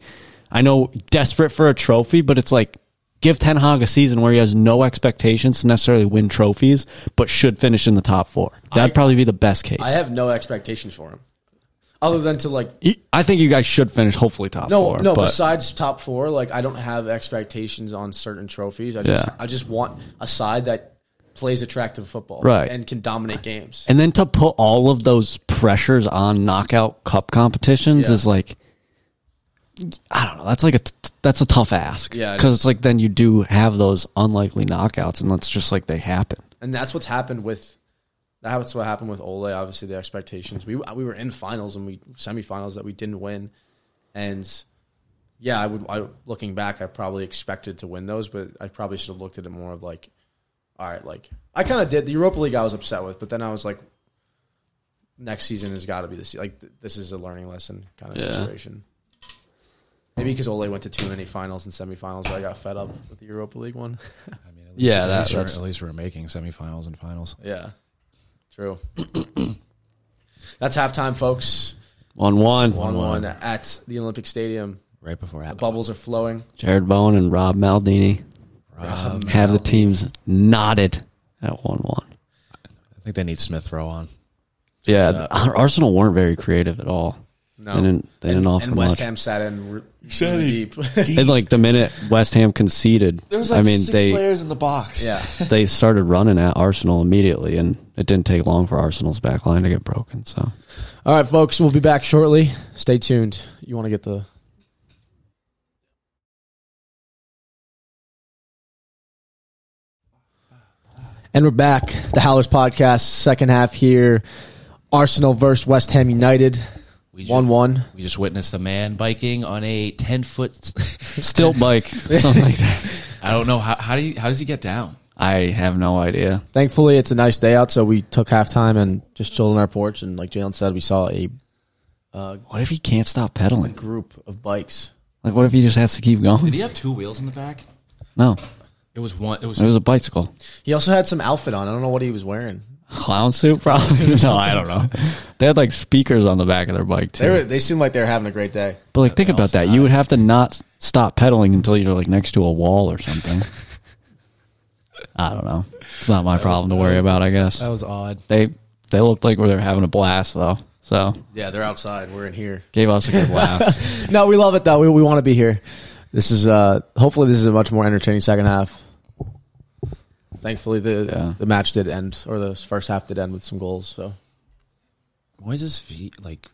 C: I know, desperate for a trophy, but it's like give Ten Hag a season where he has no expectations to necessarily win trophies, but should finish in the top four. That'd probably be the best case.
A: I
C: I,
A: have no expectations for him, other than to like
C: think you guys should finish hopefully top
A: no
C: four.
A: no.
C: but
A: Besides top four, like I don't have expectations on certain trophies. I just
C: Yeah.
A: I just want a side that plays attractive football,
C: Right.
A: and can dominate games.
C: and then to put all of those pressures on knockout cup competitions
A: Yeah.
C: is like i don't know that's like a t- that's a tough ask
A: Yeah, it
C: because it's like then you do have those unlikely knockouts and that's just like they happen
A: and that's what's happened with that's what happened with Ole. Obviously, the expectations we we were in finals and we semifinals that we didn't win, and yeah, I would. I, looking back, I probably expected to win those, but I probably should have looked at it more of like, all right, like I kind of did. The Europa League I was upset with, but then I was like, next season has got to be this. Like th- this is a learning lesson kind of
C: Yeah.
A: situation. Maybe because Ole went to too many finals and semifinals, I got fed up with the Europa League one.
B: I mean, at least,
C: Yeah,
B: at
C: that-
B: least we're-
C: that's-
B: at least we're making semifinals and finals.
A: Yeah. True. That's halftime, folks.
C: one one
A: 1 1 at the Olympic Stadium.
B: Right before
A: The
B: that,
A: bubbles are flowing.
C: jared bowen and rob maldini
B: Rob,
C: have the teams knotted at one one
B: I think they need Smith Rowe on.
C: yeah Ar- arsenal weren't very creative at all
A: No.
C: they didn't they didn't
A: and,
C: offer
A: and West
C: much
A: Ham sat in re-
B: Sat
A: really
B: in
A: deep.
C: and like the minute west ham conceded i mean they
B: players in the box.
A: yeah.
C: they started running at Arsenal immediately, and it didn't take long for Arsenal's back line to get broken. So
A: All right, folks. We'll be back shortly. Stay tuned. You want to get the. And we're back. The Howlers Podcast, second half here. Arsenal versus West Ham United.
B: We just,
A: 1 1.
B: we just witnessed a man biking on a ten foot.
C: stilt bike, something like that.
B: I don't know how how do you, how does he get down?
C: I have no idea.
A: Thankfully, it's a nice day out, so we took halftime and just chilled on our porch. And like Jalen said, we saw a
C: What if he can't stop pedaling?
A: group of bikes.
C: Like, what if he just has to keep
B: Did
C: going?
B: he have two wheels in the back?
C: No,
B: It was one. It was
C: it was a bicycle.
A: He also had some outfit on. I don't know what he was wearing.
C: Clown suit, probably. No, I don't know. They had like speakers on the back of their bike
A: They
C: too.
A: were, they seemed like they were having a great day.
C: but like, think about that. You would have to not s- stop pedaling until you're like next to a wall or something. I don't know. It's not my problem to worry about. I guess
D: That was odd.
C: they they looked like they were having a blast though. So
A: Yeah, they're outside. We're in here.
C: gave us a good laugh.
A: No, we love it though. We, we want to be here. This is uh hopefully this is a much more entertaining second half. Thankfully, the
C: Yeah.
A: the match did end, or the first half did end with some goals. So
B: Why is his feet like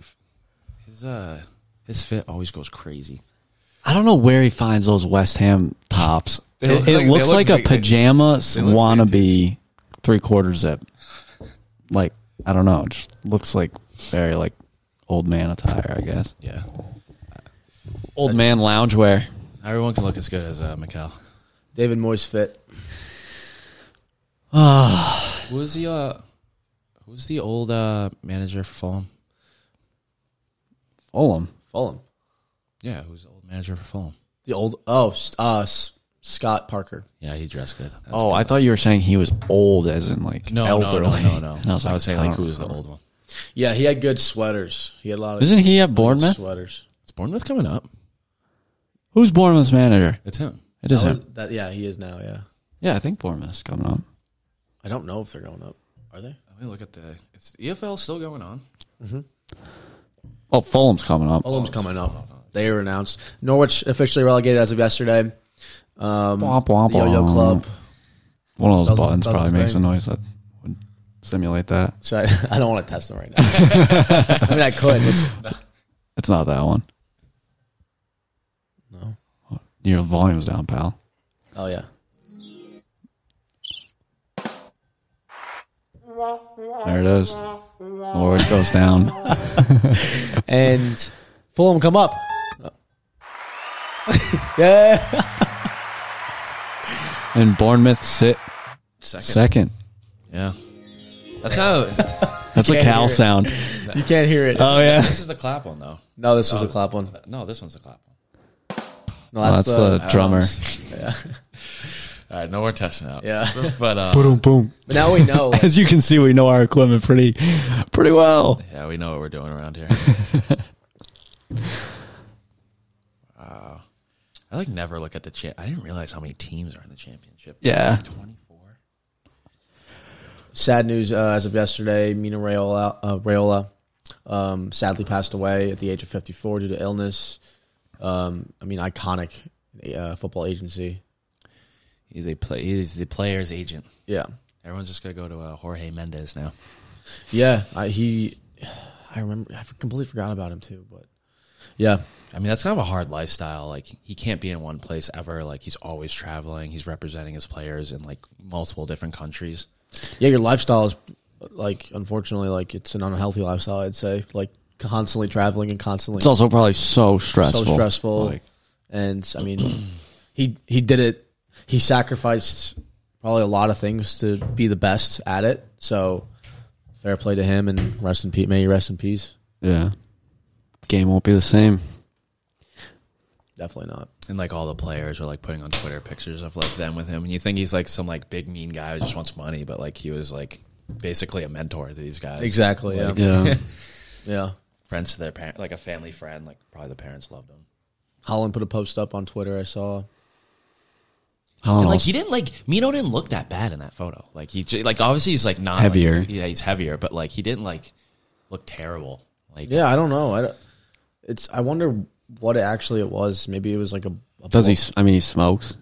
B: his uh his fit always goes crazy?
C: I don't know where he finds those West Ham tops.
B: They look
C: it it
B: like- they
C: looks
B: look
C: like,
B: like-
C: a pajama
B: look
C: wannabe three quarter zip. Like I don't know, it just looks like very like old man attire, I guess.
B: Yeah,
C: Old man loungewear.
B: everyone can look as good as uh, Mikel.
A: David Moyes fit.
B: Who was the uh, who was the old uh manager for Fulham?
C: Fulham.
A: Fulham.
B: Yeah, who was the old manager for Fulham?
A: The old oh s- uh, s- Scott Parker.
B: Yeah, he dressed good. That's
C: Oh,
B: good.
C: I thought you were saying he was old, as in like
B: no, no, no,
C: elderly.
B: no, no.
C: And I was like,
B: saying like who was the old one?
A: Yeah, he had good sweaters. He had a lot of
C: Isn't he at Bournemouth?
A: sweaters.
B: It's Bournemouth coming up.
C: Who's Bournemouth's manager?
B: It's him.
C: It is
A: That
C: him.
A: was- that- yeah, he is now. Yeah,
C: Yeah, I think Bournemouth's coming up.
A: I don't know if they're going up. Are they?
B: Let me look at the. It's the EFL still going on.
C: Oh, Fulham's coming up.
A: Fulham's coming up. They were announced. Norwich officially relegated as of yesterday. Um,
C: Womp, womp,
A: the Yo-Yo
C: womp.
A: Club.
C: One of those
A: Doesn't-
C: buttons
A: doesn't
C: probably makes a
A: sting.
C: noise that would simulate that.
A: So I, I don't want to test them right now. I mean, I could. It's,
C: It's not that one.
A: no.
C: Your volume's down, pal.
A: Oh yeah.
C: There it is. The Lord goes down.
A: And Fulham come up. yeah.
C: And Bournemouth sit
B: Second.
C: second.
B: Yeah. That's how.
C: That's a
A: Yeah,
C: cow
A: you're-
C: sound.
A: You can't hear it.
C: Oh, yeah.
B: this is the clap one though.
A: no, this was the clap one.
B: No, this one's the clap one.
A: No,
C: Well, Oh, that's, the, drummer.
B: All right, no more testing out.
A: Yeah.
B: but uh,
C: Boom, boom.
A: But now we know. like,
C: As you can see, we know our equipment pretty, pretty well.
B: yeah, we know what we're doing around here. wow, I like never look at the champ. I didn't realize how many teams are in the championship.
C: Yeah.
B: twenty four.
A: sad news uh, as of yesterday, Mina Raiola, uh, Raiola um, sadly passed away at the age of 54 due to illness. Um, I mean, iconic uh, football agency.
B: He's a play. He's the player's agent.
A: Yeah.
B: Everyone's just gonna go to uh, Jorge Mendez now.
A: Yeah. I, he, I remember, I completely forgot about him too, but yeah.
B: I mean, that's kind of a hard lifestyle. Like he can't be in one place ever. Like he's always traveling. He's representing his players in like multiple different countries.
A: Yeah. Your lifestyle is like, unfortunately, like it's an unhealthy lifestyle, I'd say. Like constantly traveling and constantly.
C: It's also probably so stressful.
A: so stressful.
B: Like-
A: and I mean, he he did it. He sacrificed probably a lot of things to be the best at it. So fair play to him, and rest in peace. May you rest in peace.
C: Yeah. Game won't be the same.
A: Definitely not.
B: And like all the players were like putting on Twitter pictures of like them with him, and you think he's like some like big mean guy who just wants money, but like he was like basically a mentor to these guys.
A: Exactly. Yeah.
C: Yeah.
A: Yeah.
B: Friends to their parent, like a family friend. Like probably the parents loved him.
A: Holland put a post up on Twitter. I saw.
C: Holland
B: And like
C: also-
B: he didn't like Mino didn't look that bad in that photo. Like he j- like obviously he's like not
C: Heavier.
B: like, yeah, he's heavier, but like he didn't like look terrible. Like
A: Yeah, I don't know. I don't, it's. I wonder what it actually it was. Maybe it was like a. a
C: does he? s- I mean, he smokes.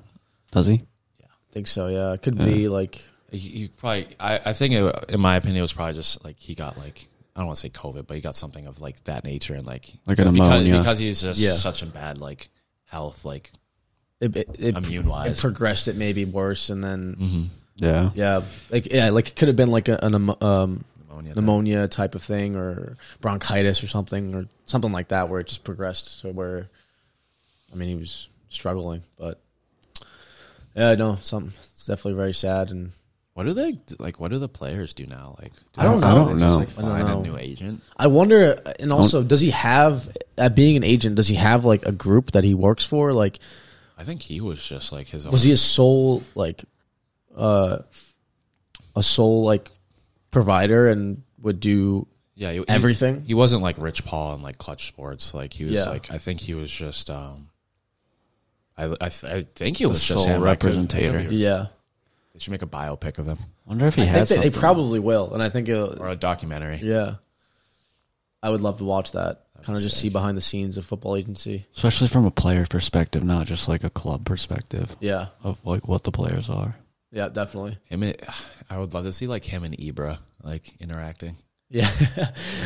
C: Does he?
A: I think so. Yeah, it could be like.
B: he, he probably I, I think it, in my opinion it was probably just like he got like I don't want to say COVID, but he got something of like that nature and like
C: Like an
B: because,
C: pneumonia.
B: because he's just
A: Yeah.
B: such in bad like health like
A: It, it, it,
B: immune
A: it
B: wise.
A: progressed. It maybe worse, and then
C: Yeah.
A: Yeah, like yeah, like it could have been like a, an um, um,
B: Pneumonia
A: pneumonia,
B: type.
A: type of thing, or bronchitis, or something, or something like that, where it just progressed to where, I mean, he was struggling, but yeah, I know something. It's definitely very sad, and
B: what do they like? What do the players do now? Like do
A: I don't
B: they
A: know.
B: just,
C: I don't know.
B: like,
A: I don't
B: find
A: know.
B: a new agent.
A: I wonder. And also, does he have at being an agent? Does he have like a group that he works for? Like,
B: I think he was just like his own.
A: was he a sole like, uh, a sole like provider and would do
B: yeah he- he-
A: everything?
B: He wasn't like Rich Paul and like Clutch Sports. Like he was
A: Yeah.
B: like I think he was just um. I I, th- I think it was just
C: sole
B: him. I could-
C: representator.
B: I could be-
A: yeah.
B: They should make a biopic of him
C: Wonder if he
A: I think
C: has.
A: they, they
C: something.
A: probably will, and I think
B: or
A: it'll,
B: a documentary.
A: yeah, I would love to watch that. Kind of
B: be
A: just
B: sick.
A: see behind the scenes of football agency.
C: especially from a player perspective, not just like a club perspective
A: Yeah,
C: of like what the players are.
A: yeah, definitely.
B: Him, and, I would love to see like him and Ibra like interacting.
A: Yeah,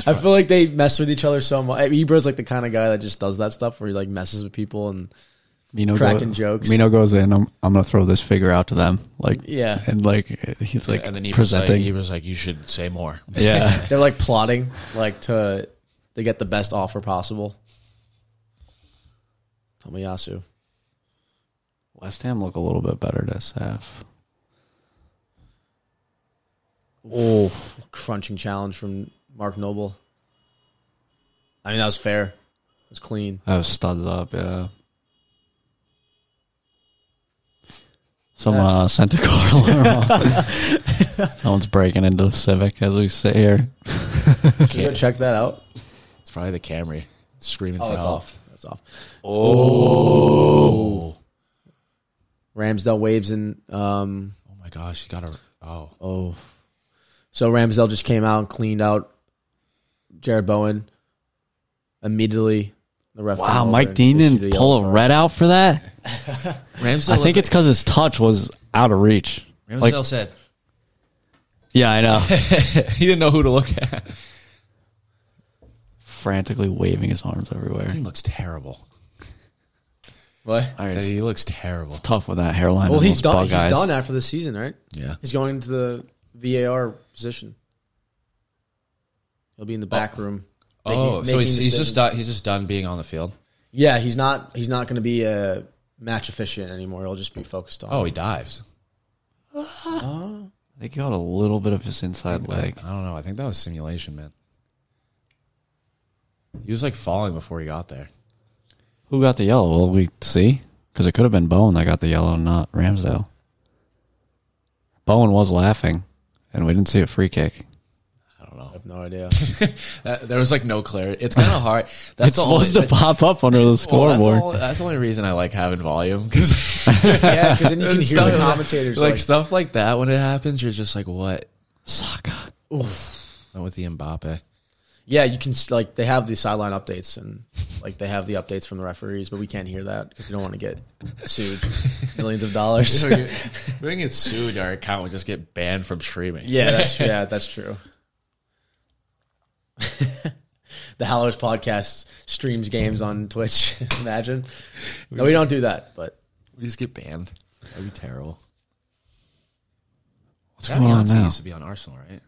A: I feel like they mess with each other so much. Ibra's like the kind of guy that just does that stuff where he like messes with people and
C: Mino
A: Cracking
C: go-
A: jokes.
C: Mino goes in. I'm I'm gonna throw this figure out to them. Like
A: Yeah.
C: and like he's like
B: and then Ibra's
C: presenting.
B: like, Ibra's like, you should say more.
C: yeah,
A: they're like plotting like to they get the best offer possible. Tomiyasu.
C: West Ham look a little bit better this half.
A: Oh, crunching challenge from Mark Noble. I mean, that was fair. It was clean.
C: I was studs up. Yeah. Someone uh, sent a car alarm. off. Someone's breaking into the Civic as we sit here.
A: Should we go check that out?
B: It's probably the Camry screaming
A: Oh,
B: for
A: it's
B: help.
A: off. That's off.
B: Oh,
A: Ramsdale waves in. Um,
B: oh my gosh, you got to. Oh,
A: oh, so Ramsdale just came out and cleaned out Jared Bowen immediately. The ref. came
C: Wow,
A: over
C: Mike
A: and
C: Dean
A: issued
C: didn't
A: yellow
C: pull a
A: card.
C: red out for that.
B: Ramsdale.
C: I think it's because his touch was out of reach.
B: Ramsdale
C: Like,
B: said
C: yeah, I know.
B: he didn't know who to look at.
C: Frantically waving his arms everywhere.
B: He looks terrible.
A: What?
C: All right,
B: Said
C: it's,
B: he looks terrible.
C: it's tough with that hairline.
A: Well,
C: and
A: he's
C: those
A: done.
C: bug
A: He's
C: eyes.
A: done after the season, right?
B: Yeah.
A: He's going into the VAR position. He'll be in the back room.
B: Oh, so he's, he's
A: decisions.
B: just done, he's just done being on the field.
A: Yeah, he's not. He's not going to be a match efficient anymore. He'll just be focused on.
B: Oh, he dives.
C: I think he got a little bit of his inside leg.
B: I don't know. I think that was simulation, man. He was like falling before he got there.
C: Who got the yellow? Will we see? because it could have been Bowen that got the yellow, not Ramsdale. Bowen was laughing, and we didn't see a free kick.
B: I don't
A: I
B: know.
A: have no idea.
B: That, there was like no clarity. It's kind of hard. That's
C: it's
B: the only-
C: supposed to pop up under the
B: Well, that's,
C: scoreboard.
B: all- that's the only reason I like having volume because
A: yeah, because then you can hear
B: Stuff
A: the
B: like-
A: commentators
B: like,
A: like,
B: stuff like that when it happens, you're just like, what?
C: Saka.
B: Went with the Mbappe.
A: yeah, you can s- like they have the sideline updates and like they have the updates from the referees, but we can't hear that because we don't want to get sued millions of dollars.
B: we can get sued. Our account would just get banned from streaming.
A: Yeah, that's yeah, that's true. the Howlers podcast streams games on Twitch. Imagine. No, we don't do that, but
B: we just get banned. That'd be terrible.
C: What's going on now?
B: used to be on Arsenal, right?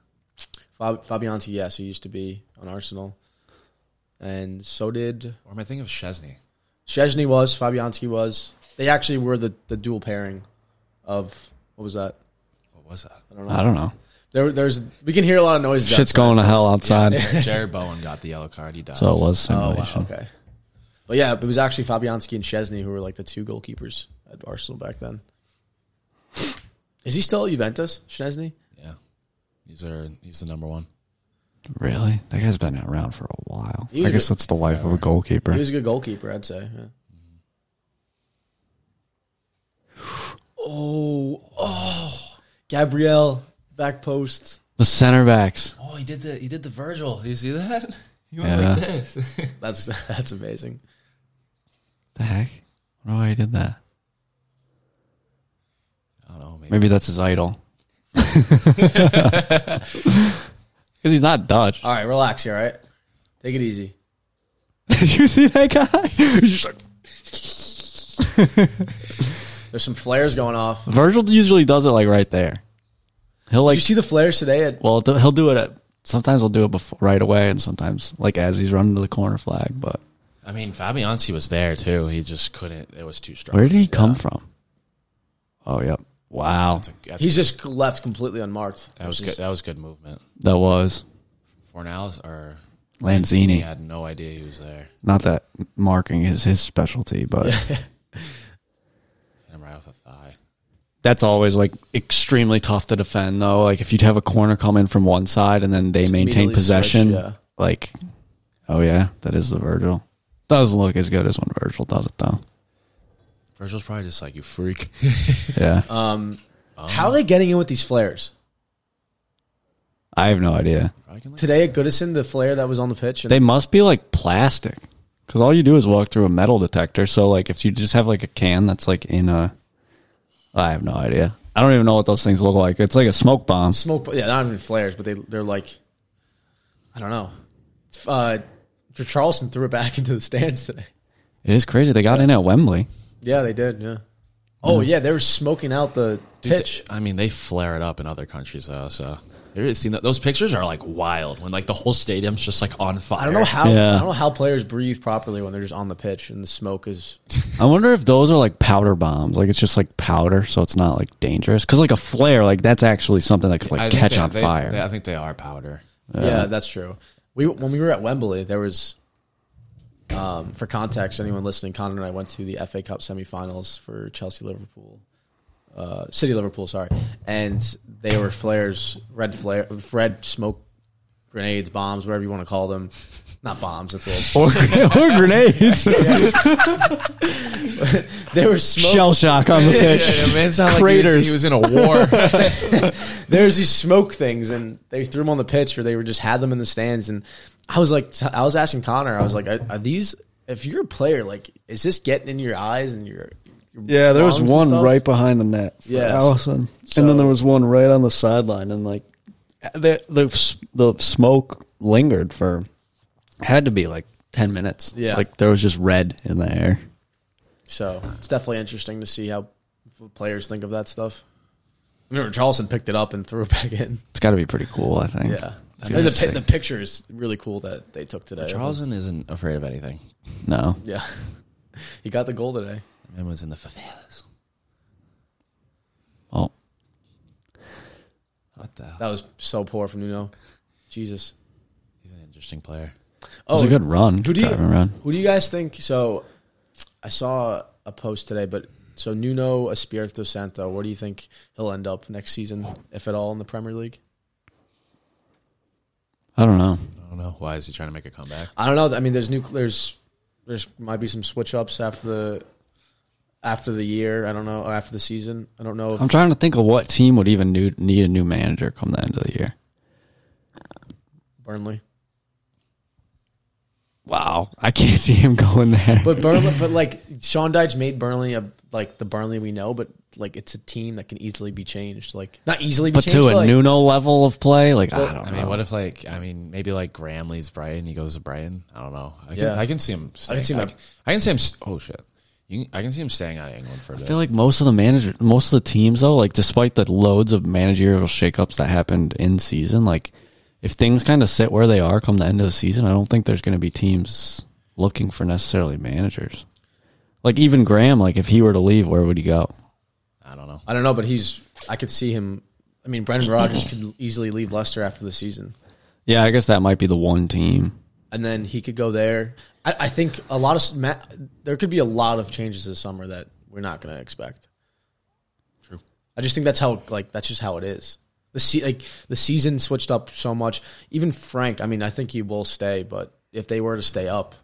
A: Fab- Fabianski, yes, he used to be on Arsenal, and so did
B: Or am I thinking of Chesney?
A: Chesney was Fabianski was. They actually were the the dual pairing of what was that?
B: What was that?
A: I don't know.
C: I don't know.
A: There, there's we can hear a lot of noise.
C: Shit's
A: outside.
C: going to hell outside.
B: Jared, Jared Bowen got the yellow card. He died.
C: So it was
A: Oh
C: simulation.
A: wow, okay. But yeah, it was actually Fabianski and Chesney who were like the two goalkeepers at Arsenal back then. Is he still at Juventus, Chesney?
B: Yeah, he's our, He's the number one.
C: Really? That guy's been around for a while.
A: He was
C: I guess
A: a-
C: that's the life of a goalkeeper.
A: He was a good goalkeeper, I'd say. yeah. Oh, oh, Gabriel back post.
C: the center backs.
B: Oh, he did the he did the Virgil. You see that? He
C: went like Yeah.
B: this.
A: That's that's amazing.
C: The heck? I don't know why he did that.
B: I don't know. Maybe.
C: Maybe that's his idol. Because he's not Dutch.
A: All right, relax here. All right, take it easy.
C: Did you see that guy? He's just like-
A: There's some flares going off.
C: Virgil usually does it like right there. He'll
A: Did
C: like
A: you see the flares today at
C: well, th- he'll do it. At, sometimes he'll do it before, right away, and sometimes like as he's running to the corner flag. But
B: I mean, Fabianski was there too. He just couldn't. It was too strong.
C: where did he come from? Oh, yep. Wow,
B: That's a- that's-
A: He's just left completely unmarked.
B: that was
A: Which
B: good.
A: is-
B: That was good movement.
C: that was
B: Fornals or he
C: Lanzini.
B: had no idea he was there.
C: Not that marking is his specialty, but
B: Hit him right off the thigh.
C: that's always like extremely tough to defend though like if you have a corner come in from one side and then they
A: Just
C: maintain
A: immediately
C: possession
A: switch, yeah.
C: like oh yeah that is the virgil doesn't look as good as when virgil does it though
B: Virgil's probably just like you freak.
C: yeah
A: Um, how are they getting in with these flares
C: i have no idea
B: Probably can like,
A: today at Goodison? The flare that was on the pitch. And
C: they must be like plastic because all you do is walk through a metal detector so like if you just have like a can that's like in a i have no idea i don't even know what those things look like it's like a smoke bomb
A: smoke. Yeah, not even flares, but they they're like, I don't know. Uh, Charleston threw it back into the stands today.
C: it is crazy they got in at wembley
A: Yeah, they did. Yeah. Oh
C: Mm.
A: yeah, they were smoking out the
B: Dude,
A: pitch.
B: they- I mean, they flare it up in other countries though. So you ever seen that? Those pictures are like wild when like the whole stadium's just like on fire.
A: I don't know how.
C: Yeah.
A: I don't know how players breathe properly when they're just on the pitch and the smoke is.
C: I wonder if those are like powder bombs. Like it's just like powder, so it's not like dangerous. Because like a flare, like that's actually something that could
B: I
C: like
B: think
C: catch
B: they-
C: on
B: they-
C: fire.
B: they- I think they are powder.
C: Um,
A: yeah, that's true. We when we were at Wembley, there was. Um, for context, anyone listening, Connor and I went to the FA Cup semifinals for Chelsea Liverpool, uh, City Liverpool, sorry, and they were flares, red flare, red smoke grenades, bombs, whatever you want to call them, not bombs. That's a little.
C: or, or grenades,
A: They were smoke.
C: shell shock on the pitch. Craters.
B: was in a war.
A: there's these smoke things and they threw them on the pitch or they were just had them in the stands and i was like i was asking connor i was like are, are these if you're a player like is this getting in your eyes and your, your
E: Yeah, there was
A: lungs and
E: one
A: stuff?
E: right behind the net for
A: Yes.
E: Allison, and
A: So-
E: then there was one right on the sideline, and like the the s- the smoke lingered for had to be like ten minutes.
A: Yeah.
E: like there was just red in the air.
A: so it's definitely interesting to see how players think of that stuff I remember charleston picked it up and threw it back in
C: it's got to be pretty cool, I think.
A: yeah
C: It's
A: and
C: gonna
A: the,
C: be
A: pi-
C: sick.
A: the picture is really cool that they took today
B: Charleston isn't afraid of anything.
C: no,
A: yeah he got the goal today
B: Man was in the favelas.
C: oh,
B: What the? Hell?
A: that was so poor from nuno jesus Oh,
B: He's an interesting player.
C: it was a good run.
A: Who do you
C: driving run.
A: Who do you guys think? So, I saw a post today, but so Nuno Espirito Santo, where do you think he'll end up next season, if at all, in the Premier League?
C: I don't know.
B: I don't know. Why is he trying to make a comeback?
A: I don't know. I mean, there's new there's there's might be some switch ups after the after the year. I don't know or after the season. I don't know if
C: I'm trying to think of what team would even need, need a new manager come the end of the year.
A: Burnley,
C: Wow, I can't see him going there.
A: but Burnley, but like Sean Dyche made Burnley a like the Burnley we know, but like it's a team that can easily be changed. Like not easily, be
C: But
A: changed,
C: to a
A: like,
C: Nuno level of play, like I don't
B: I
C: know.
B: mean, what if like I mean maybe like Graham leaves Brighton, he goes to Brighton. I don't know. I can,
A: Yeah.
B: I can see him. Staying. I can see
A: see him
B: him. I
A: at-
B: can, see him. st- Oh shit! You can, I can see him staying out of England for a
C: I
B: bit.
C: feel like most of the manager, most of the teams though, like despite the loads of managerial shakeups that happened in season, like if things kind of sit where they are come the end of the season, I don't think there's going to be teams looking for necessarily managers. Like even Graham, like if he were to leave, where would he go?
B: I don't know.
A: I don't know, but he's I could see him. I mean, Brendan Rodgers could easily leave Leicester after the season,
C: Yeah, I guess that might be the one team.
A: and then he could go there. I, I think a lot of s- ma there could be a lot of changes this summer that we're not going to expect.
B: True.
A: I just think that's how like that's just how it is. The se- like the season switched up so much. Even Frank, I mean, I think he will stay, but if they were to stay up,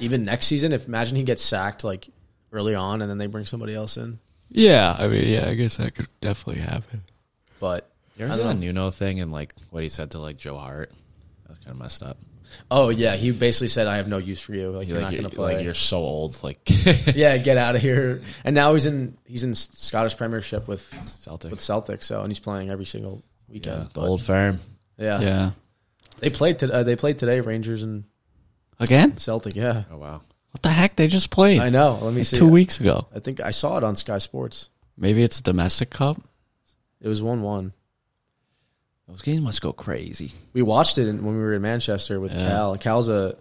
A: even next season, if imagine he gets sacked like early on, and then they bring somebody else in,
C: Yeah, I mean, yeah, I guess that could definitely happen.
A: but.
B: You ever see the Nuno thing and like what he said to like Joe Hart? That was kind of messed up.
A: Oh yeah, he basically said, "I have no use for you. Like
B: You're
A: you're
B: like,
A: not
B: you're,
A: going to play.
B: like you're so old. Like
A: yeah, get out of here." And now he's in he's in Scottish Premiership with with
B: Celtics.
A: Celtic, so and he's playing every single weekend.
B: Yeah, the
A: But,
B: old firm.
A: yeah.
C: Yeah,
A: They played to, uh, they played today, Rangers and
C: again,
A: Celtic. Yeah,
B: Oh wow.
C: what the heck? They just played
A: I know. Let me
C: like
A: see.
C: two weeks ago.
A: I think I saw it on Sky Sports.
C: Maybe it's a domestic cup.
A: It was one one.
B: Those games must go crazy.
A: We watched it in, when we were in Manchester with
C: Yeah.
A: Cal. Cal's a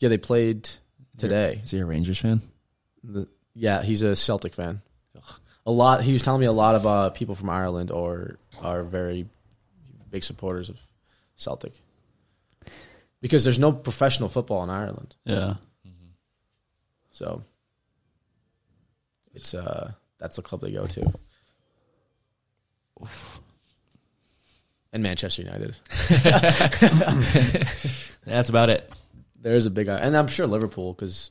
A: yeah. They played today.
B: Is he a Rangers fan?
A: The- yeah, he's a Celtic fan. A lot. He was telling me a lot of uh, people from Ireland are are very big supporters of Celtic because there's no professional football in Ireland,
C: Yeah,
A: so it's uh that's the club they go to. And Manchester United.
B: That's about it.
A: There is a big, uh, and I'm sure Liverpool because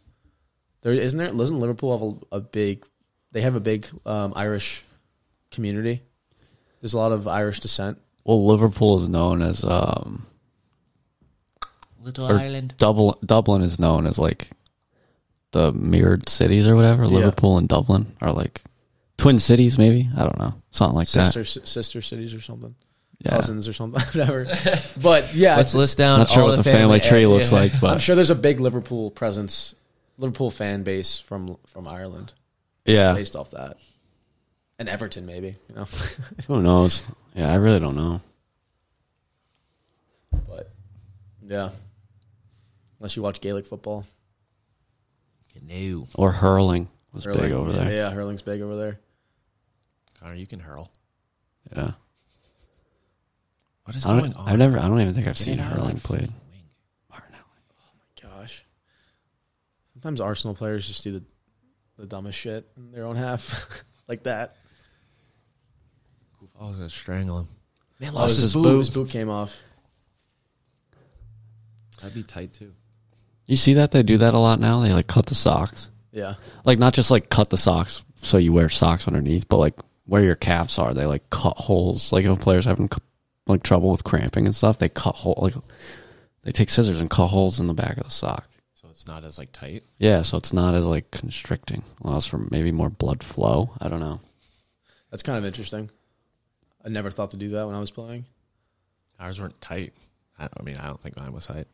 A: there isn't there. Doesn't Liverpool have a, a big? They have a big um, Irish community. There's a lot of Irish descent.
C: Well, Liverpool is known as um,
B: Little
C: Or-
B: Island.
C: Dublin. Dublin is known as like the mirrored cities or whatever. Liverpool and Dublin are like twin cities, maybe. I don't know, something like
A: sister s- sister cities or something,
C: that. Yeah,
A: cousins or something, whatever. But yeah,
B: Let's
A: it's-
B: list down.
C: not sure
B: all
C: what the family, tree
B: area-
C: looks like,
A: I'm
C: but
A: sure there's a big Liverpool presence, Liverpool fan base from from Ireland
C: yeah,
A: based off that, and Everton maybe. You know,
C: who knows? Yeah, I really don't know.
A: but yeah, unless you watch Gaelic football,
B: No,
C: Or hurling was big
A: Hurling.
C: over there. Yeah.
A: Yeah, hurling's big over there.
B: Connor, you can hurl. What is
C: I don't,
B: going on?
C: I've never. I don't even think I've
B: Get
C: seen
B: it out of
C: hurling
B: that
C: played.
B: fucking wing.
A: Gosh. Sometimes Arsenal players just do the, the dumbest shit in their own half, like that.
B: I was gonna strangle him. Oh,
A: Man
C: lost his
A: boot.
C: boot.
A: His boot came off.
B: That'd be tight too.
C: You see that they do that a lot now. They like cut the socks,
A: Yeah,
C: like not just like cut the socks so you wear socks underneath, but like where your calves are, they like cut holes. Like if a player's having c- like trouble with cramping and stuff, they cut hole like they take scissors and cut holes in the back of the sock.
B: So it's not as like tight.
C: Yeah, so it's not as like constricting. Allows for maybe more blood flow. I don't know.
A: that's kind of interesting. I never thought to do that when I was playing.
B: Ours weren't tight. I, don't, I mean, I don't think mine was tight.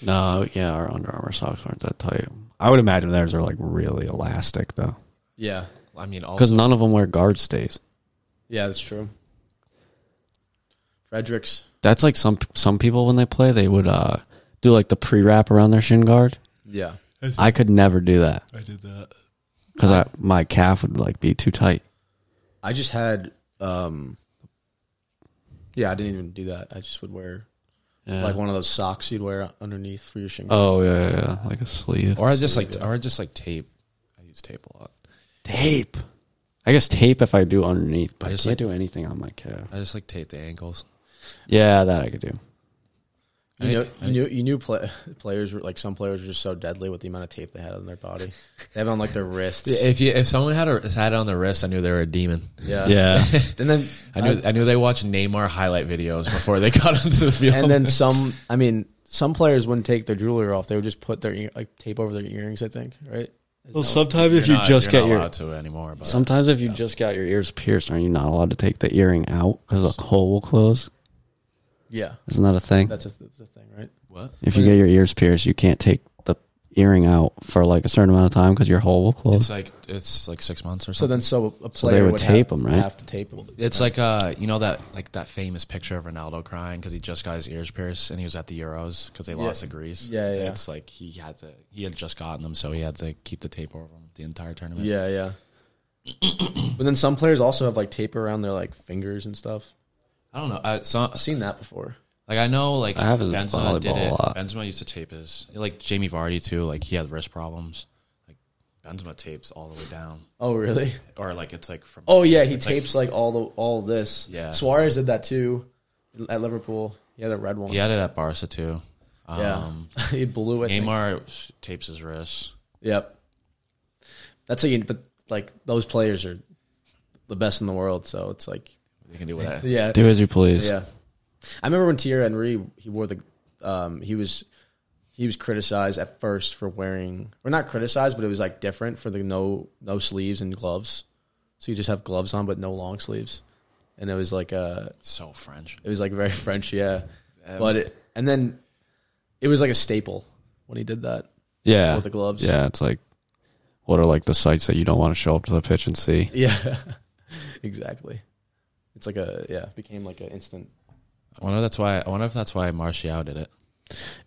C: No, yeah, our Under Armour socks aren't that tight. I would imagine theirs are like really elastic though,
A: Yeah,
B: I mean,
C: because
B: also
C: none of them wear guard stays.
A: yeah, that's true. Fredericks,
C: That's like some some people when they play, they would uh do like the pre wrap around their shin guard.
A: yeah,
C: I could never do that. I did that because I my calf would like be too tight.
A: I just had, um, yeah, I didn't even do that. I just would wear
C: Yeah.
A: like one of those socks you'd wear underneath for your shingles.
C: oh yeah, yeah, yeah, like a sleeve.
B: or I just like, or I just like tape. I use tape a lot.
C: Tape. I guess tape if I do underneath, but
B: I
C: I,
B: just
C: can't
B: like-
C: do anything on my calf.
B: I just like tape the ankles.
C: Yeah, that I could do.
A: You
B: I-
A: know,
B: I-
A: you knew, you knew pla players were like some players were just so deadly with the amount of tape they had on their body. They have it on like their wrists.
B: If you if someone had a had it on their wrist, I knew they were a demon.
A: yeah.
C: Yeah.
A: And then
B: I knew I, knew they watched Neymar highlight videos before they got onto the field.
A: and then some. I mean, some players wouldn't take their jewelry off. They would just put their ear, like tape over their earrings. I think right.
C: Well, sometimes if
B: You're
C: you
B: not-
C: just
B: you're
C: get
B: not
C: your
B: allowed to anymore. But
C: sometimes if you just got your ears pierced, are you not allowed to take the earring out because the hole will close?
A: Yeah,
C: Isn't that a thing?
A: that's a, that's a thing, right?
B: what?
C: if you get your ears pierced, you can't take the earring out for like a certain amount of time because your hole will
B: It's
C: close.
B: like it's like six months or
A: So
B: something.
A: then, so a player
C: would tape
A: have,
C: 'em, right?
A: Have to tape them.
B: it's like uh you know that like that famous picture of Ronaldo crying because he just got his ears pierced and he was at the Euros because they lost to Greece.
A: Yeah, yeah.
B: It's like he had to he had just gotten them, so he had to keep the tape over him the entire tournament.
A: Yeah, yeah. but then some players also have like tape around their like fingers and stuff.
B: I don't know. I, so,
A: I've seen that before.
B: like I know like
C: I have it in
B: Benzema did
C: volleyball a
B: it.
C: lot.
B: Benzema used to tape his like Jamie Vardy too. Like he had wrist problems. Like Benzema tapes all the way down,
A: Oh, really?
B: or like it's like from
A: Oh yeah, he
B: like-
A: tapes like all the all this.
B: Yeah.
A: Suarez did that too at Liverpool. He had a red one.
B: he had it at Barca too. Um,
A: yeah. he blew it.
B: Neymar s- tapes his wrists.
A: Yep. That's like, but like those players are the best in the world. So it's like,
B: They can do whatever.
A: yeah,
C: Do as you please.
A: yeah. I remember when Thierry Henry he wore the, um, he was, he was criticized at first for wearing, or not criticized, but it was like different for the no no sleeves and gloves. So you just have gloves on but no long sleeves, and it was like uh
B: so French.
A: it was like very French, yeah. but it, and then it was like a staple when he did that.
C: Yeah.
A: With the gloves.
C: Yeah, it's like what are like the sites that you don't want to show up to the pitch and see?
A: Yeah, exactly. It's like a yeah, became like an instant.
B: I wonder that's why. I wonder if that's why Martial did it.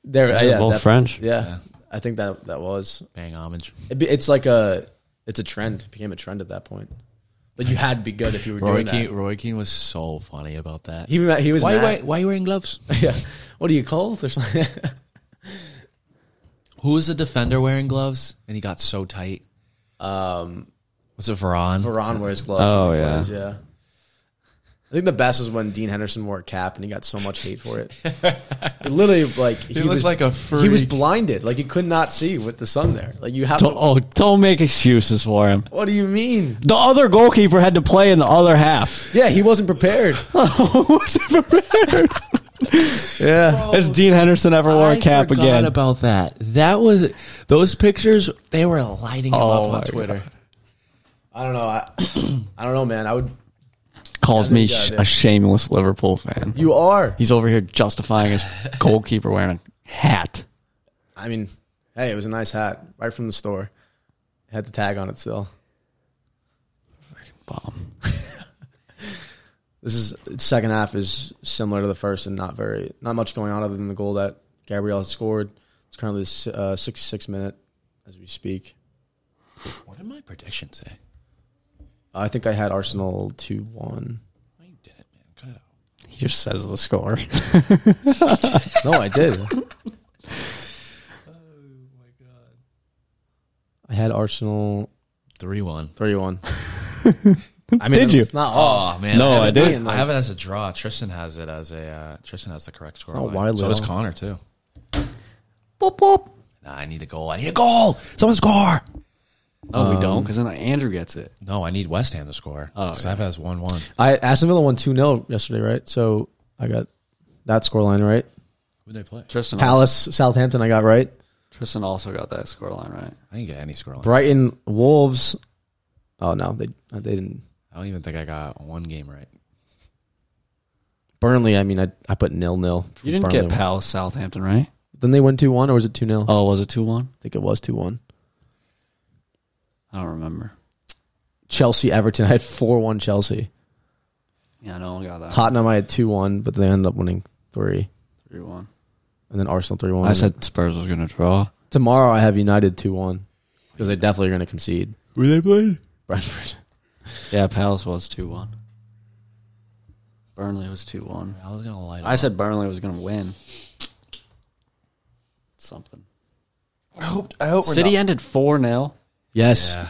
A: There, yeah,
C: They're uh, both
A: that-
C: French.
A: Yeah,
B: Yeah.
A: I think that that was.
B: Paying homage.
A: It be, it's like a, it's a trend. It became a trend at that point. Like you had to be good if you were
B: Roy
A: doing
B: Keane,
A: that.
B: Roy Keane was so funny about that.
A: He ma- he was
B: why,
A: mad.
B: why, why are you wearing gloves?
A: yeah. What are you cold or something?
B: Who was the defender wearing gloves? And he got so tight.
A: um,
B: Was it Varane?
A: Varane wears gloves.
C: Oh,
A: when he
C: yeah.
A: plays, yeah. I think the best was when Dean Henderson wore a cap and he got so much hate for it. Literally, like he,
B: looked
A: was
B: like a
A: He was
B: freak.
A: blinded, like he could not see with the sun there. Like you have.
C: Don't,
A: To,
C: oh, don't make excuses for him.
A: what do you mean?
C: The other goalkeeper had to play in the other half.
A: Yeah, he wasn't prepared.
C: Was he prepared? yeah. Has Dean Henderson ever wore a cap
B: forgot
C: again?
B: about that. That was those pictures. They were lighting him
C: Oh
B: up
C: my
B: on Twitter.
A: I don't know. I, I don't know, man. I would.
C: Calls
A: Yeah,
C: me
A: yeah,
C: sh-
A: yeah.
C: a shameless Liverpool fan.
A: You are.
C: He's over here justifying his goalkeeper wearing a hat.
A: I mean, hey, it was a nice hat right from the store. Had the tag on it still.
C: Bomb.
A: This is second half is similar to the first and not very not much going on other than the goal that Gabriel scored. It's currently s- uh, 66 minute as we speak.
B: What did my prediction say?
A: I think I had Arsenal 2-1.
B: Oh, you did it, man. Cut it out.
C: He just says the score.
A: No, I did. oh my god.
C: Oh,
A: I had Arsenal
B: Three one.
A: 3-1. I mean,
C: Did you?
A: It's not off.
B: Oh man!
C: No, I
B: have it-
C: didn't.
B: I have it as a draw. Tristan has it as a uh, Tristan has the correct score.
A: not
B: line.
A: widely
B: so does
A: off.
B: Connor too. Nah, I need a goal. I need a goal. Someone score.
C: No, Oh, we don't, because then Andrew gets it.
B: No, I need West Ham to score. Oh, I have it as one one.
A: I Aston Villa won 2 0 yesterday, right? So I got that scoreline right.
B: Who did they play?
C: Tristan
A: Palace, Southampton, I got right.
C: Tristan also got that scoreline right.
B: I didn't get any score. line.
A: Brighton, Wolves. Oh, no, they they didn't.
B: I don't even think I got one game right.
A: Burnley, I mean, I, I put nil nil.
C: You didn't get Palace Southampton, right?
A: Then they went 2 1, or was it 2 0?
C: Oh, was it two one?
A: I think it was 2 1.
C: I don't remember.
A: Chelsea, Everton, I had 4 1 Chelsea.
C: Yeah, no one got
B: Uh.
C: that.
A: Tottenham, I had 2 1, but they ended up winning 3.
C: Three one.
A: And then Arsenal 3 1.
C: I said Spurs was going to draw.
A: tomorrow I have United 2 1 because they definitely are going to concede.
C: Were they playing?
A: Brentford.
C: Yeah, Palace was two one. Burnley was two one.
B: I was gonna light.
C: I said Burnley was going to win. Something.
F: I hope. I hope.
C: City ended four 0
A: Yes.
B: Yeah.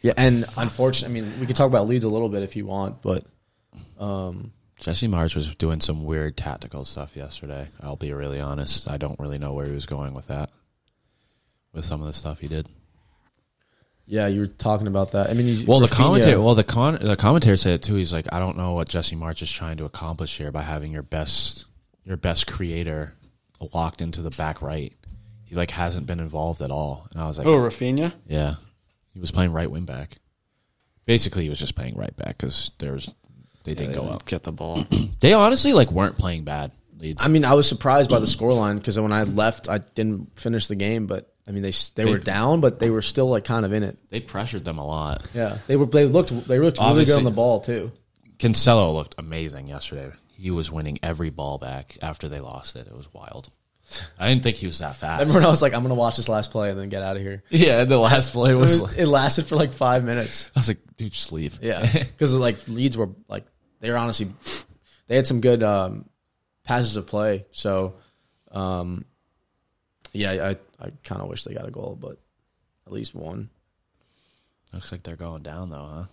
A: Yeah, and unfortunately, I mean, we could talk about Leeds a little bit if you want, but um,
B: Jesse March was doing some weird tactical stuff yesterday. I'll be really honest. I don't really know where he was going with that. With some of the stuff he did.
A: yeah, you were talking about that. I mean, you,
B: Well, the
A: Rafinha-
B: commentator, well, the con, the commentator said it too. He's like, I don't know what Jesse March is trying to accomplish here by having your best, your best creator locked into the back right. He like hasn't been involved at all. And I was like,
E: Oh, Rafinha.
B: yeah, he was playing right wing back. Basically, he was just playing right back because there was they didn't go up.
E: Get the ball.
B: They honestly like weren't playing bad. Leeds.
A: I mean, I was surprised by the scoreline because when I left, I didn't finish the game, but I mean, they s- they,
B: They-
A: were down, but they were still like kind of in it.
B: they pressured them a lot.
A: Yeah, they were. They looked. They looked really
B: Obviously.
A: good on the ball too.
B: Cancelo looked amazing yesterday. He was winning every ball back after they lost it. It was wild. I didn't think he was that fast.
A: Everyone else was like, "I'm gonna watch this last play and then get out of here."
B: Yeah, the last play
A: It,
B: was,
A: was,
B: like,
A: it lasted for like five minutes.
B: I was like, dude, just leave.
A: Yeah, because like Leeds were like they were honestly they had some good um, passes of play. So, um, yeah, I I kind of wish they got a goal, but at least one.
B: Looks like they're going down though, huh?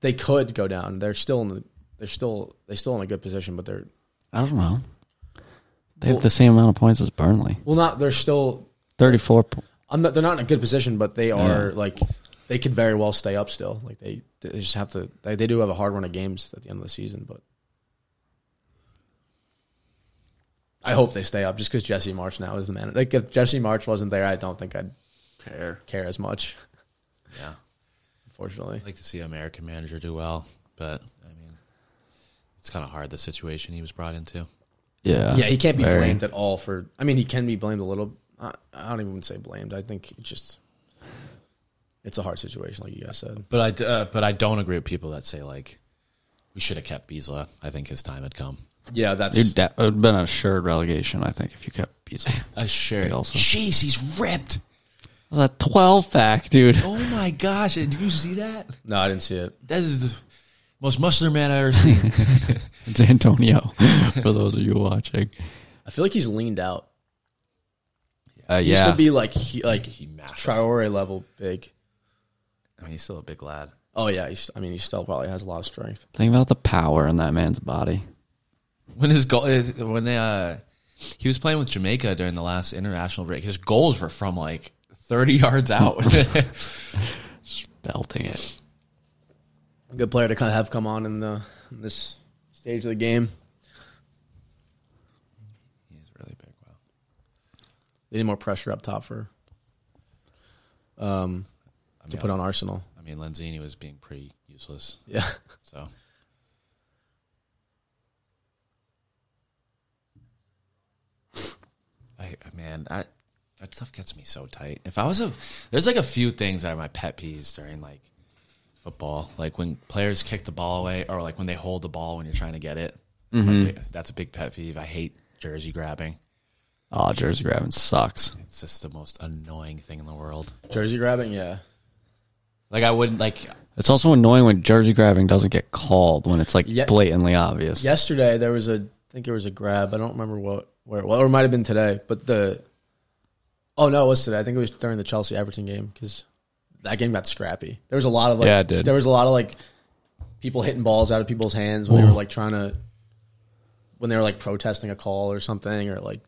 A: They could go down. They're still in the they're still they still in a good position, but they're
C: I don't know. They have the same amount of points as Burnley.
A: well not. They're still
C: Thirty-four. po-
A: I'm not. They're not in a good position, but they are like they could very well stay up still. Like they they just have to. They, they do have a hard run of games at the end of the season, but. I hope they stay up just because Jesse March now is the man. Like if Jesse March wasn't there, I don't think I'd
E: Care.
A: care as much.
B: Yeah.
A: Unfortunately,
B: I'd like to see American manager do well, but I mean it's kinda hard the situation he was brought into.
C: Yeah.
A: yeah, he can't be
C: Very.
A: blamed at all for. I mean, he can be blamed a little. I, I don't even say blamed. I think it's just it's a hard situation, like you guys said.
B: But I d- uh, but I don't agree with people that say like we should have kept Beasley. I think his time had come.
A: Yeah, that's
C: Dude, that would have been assured relegation, I think, if you kept Beasley.
B: I sure.
C: Also.
B: Jeez, he's ripped.
C: That was a 12 pack, dude.
B: Oh my gosh, did you see that?
A: no, I didn't see it.
B: That is the most muscular man I've ever seen.
C: It's Antonio, for those of you watching.
A: I feel like he's leaned out.
C: Uh,
A: He used
C: yeah.
A: to be like he, like
B: he massive.
A: Traore level big.
B: I mean he's still a big lad.
A: Oh yeah, he's, I mean he still probably has a lot of strength.
C: Think about the power in that man's body.
B: when his goal eh, when they uh he was playing with Jamaica during the last international break. His goals were from like 30 yards out.
C: Belting it.
A: Good player to kind of have come on in the in this stage of the game.
B: He's really big. Wow.
A: They need more pressure up top for um
B: I
A: to
B: mean,
A: put on Arsenal.
B: I mean, Lenzini was being pretty useless.
A: Yeah,
B: So I I- man, that that stuff gets me so tight. If I was a there's like a few things that are my pet peeves during like football, like when players kick the ball away or like when they hold the ball when you're trying to get it. That's my big- That's a big pet peeve. I hate jersey grabbing.
C: Oh, jersey grabbing sucks.
B: It's just the most annoying thing in the world.
A: jersey grabbing. Yeah,
B: Like I wouldn't like
C: It's also annoying when jersey grabbing doesn't get called when it's like
A: Yeah.
C: blatantly obvious.
A: yesterday there was a I think there was a grab. I don't remember what where it was, or it might have been today. But the oh no, it was today. I think it was during the Chelsea Everton game because that game got scrappy. There was a lot of like
C: Yeah, it did.
A: there was a lot of like people hitting balls out of people's hands when they were like trying to when they were like protesting a call or something or like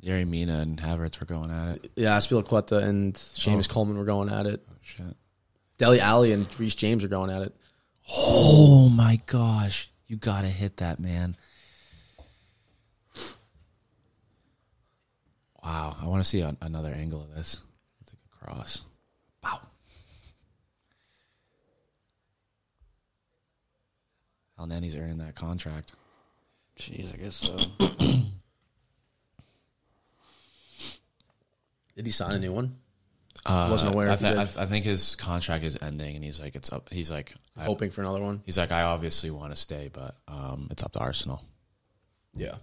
B: Yeri Mina and Havertz were going at it.
A: yeah, Aspilicueta and Seamus
C: Oh.
A: Coleman were going at it.
B: Shit.
A: Deli Alley and Reece James were going at it.
B: Oh my gosh. You gotta hit that man. Wow, I want to see an another angle of this. It's a good cross. Wow. Al Nenny's earning that contract.
C: Jeez, I guess so.
A: Did he sign a new one?
B: Uh,
A: Wasn't aware
B: I,
A: if he
B: thi- I,
A: did.
B: th- I think his contract is ending, and he's like, "It's up." He's like, I,
A: Hoping for another one.
B: "He's like, I obviously want to stay, but um, it's up to Arsenal."
A: Yeah.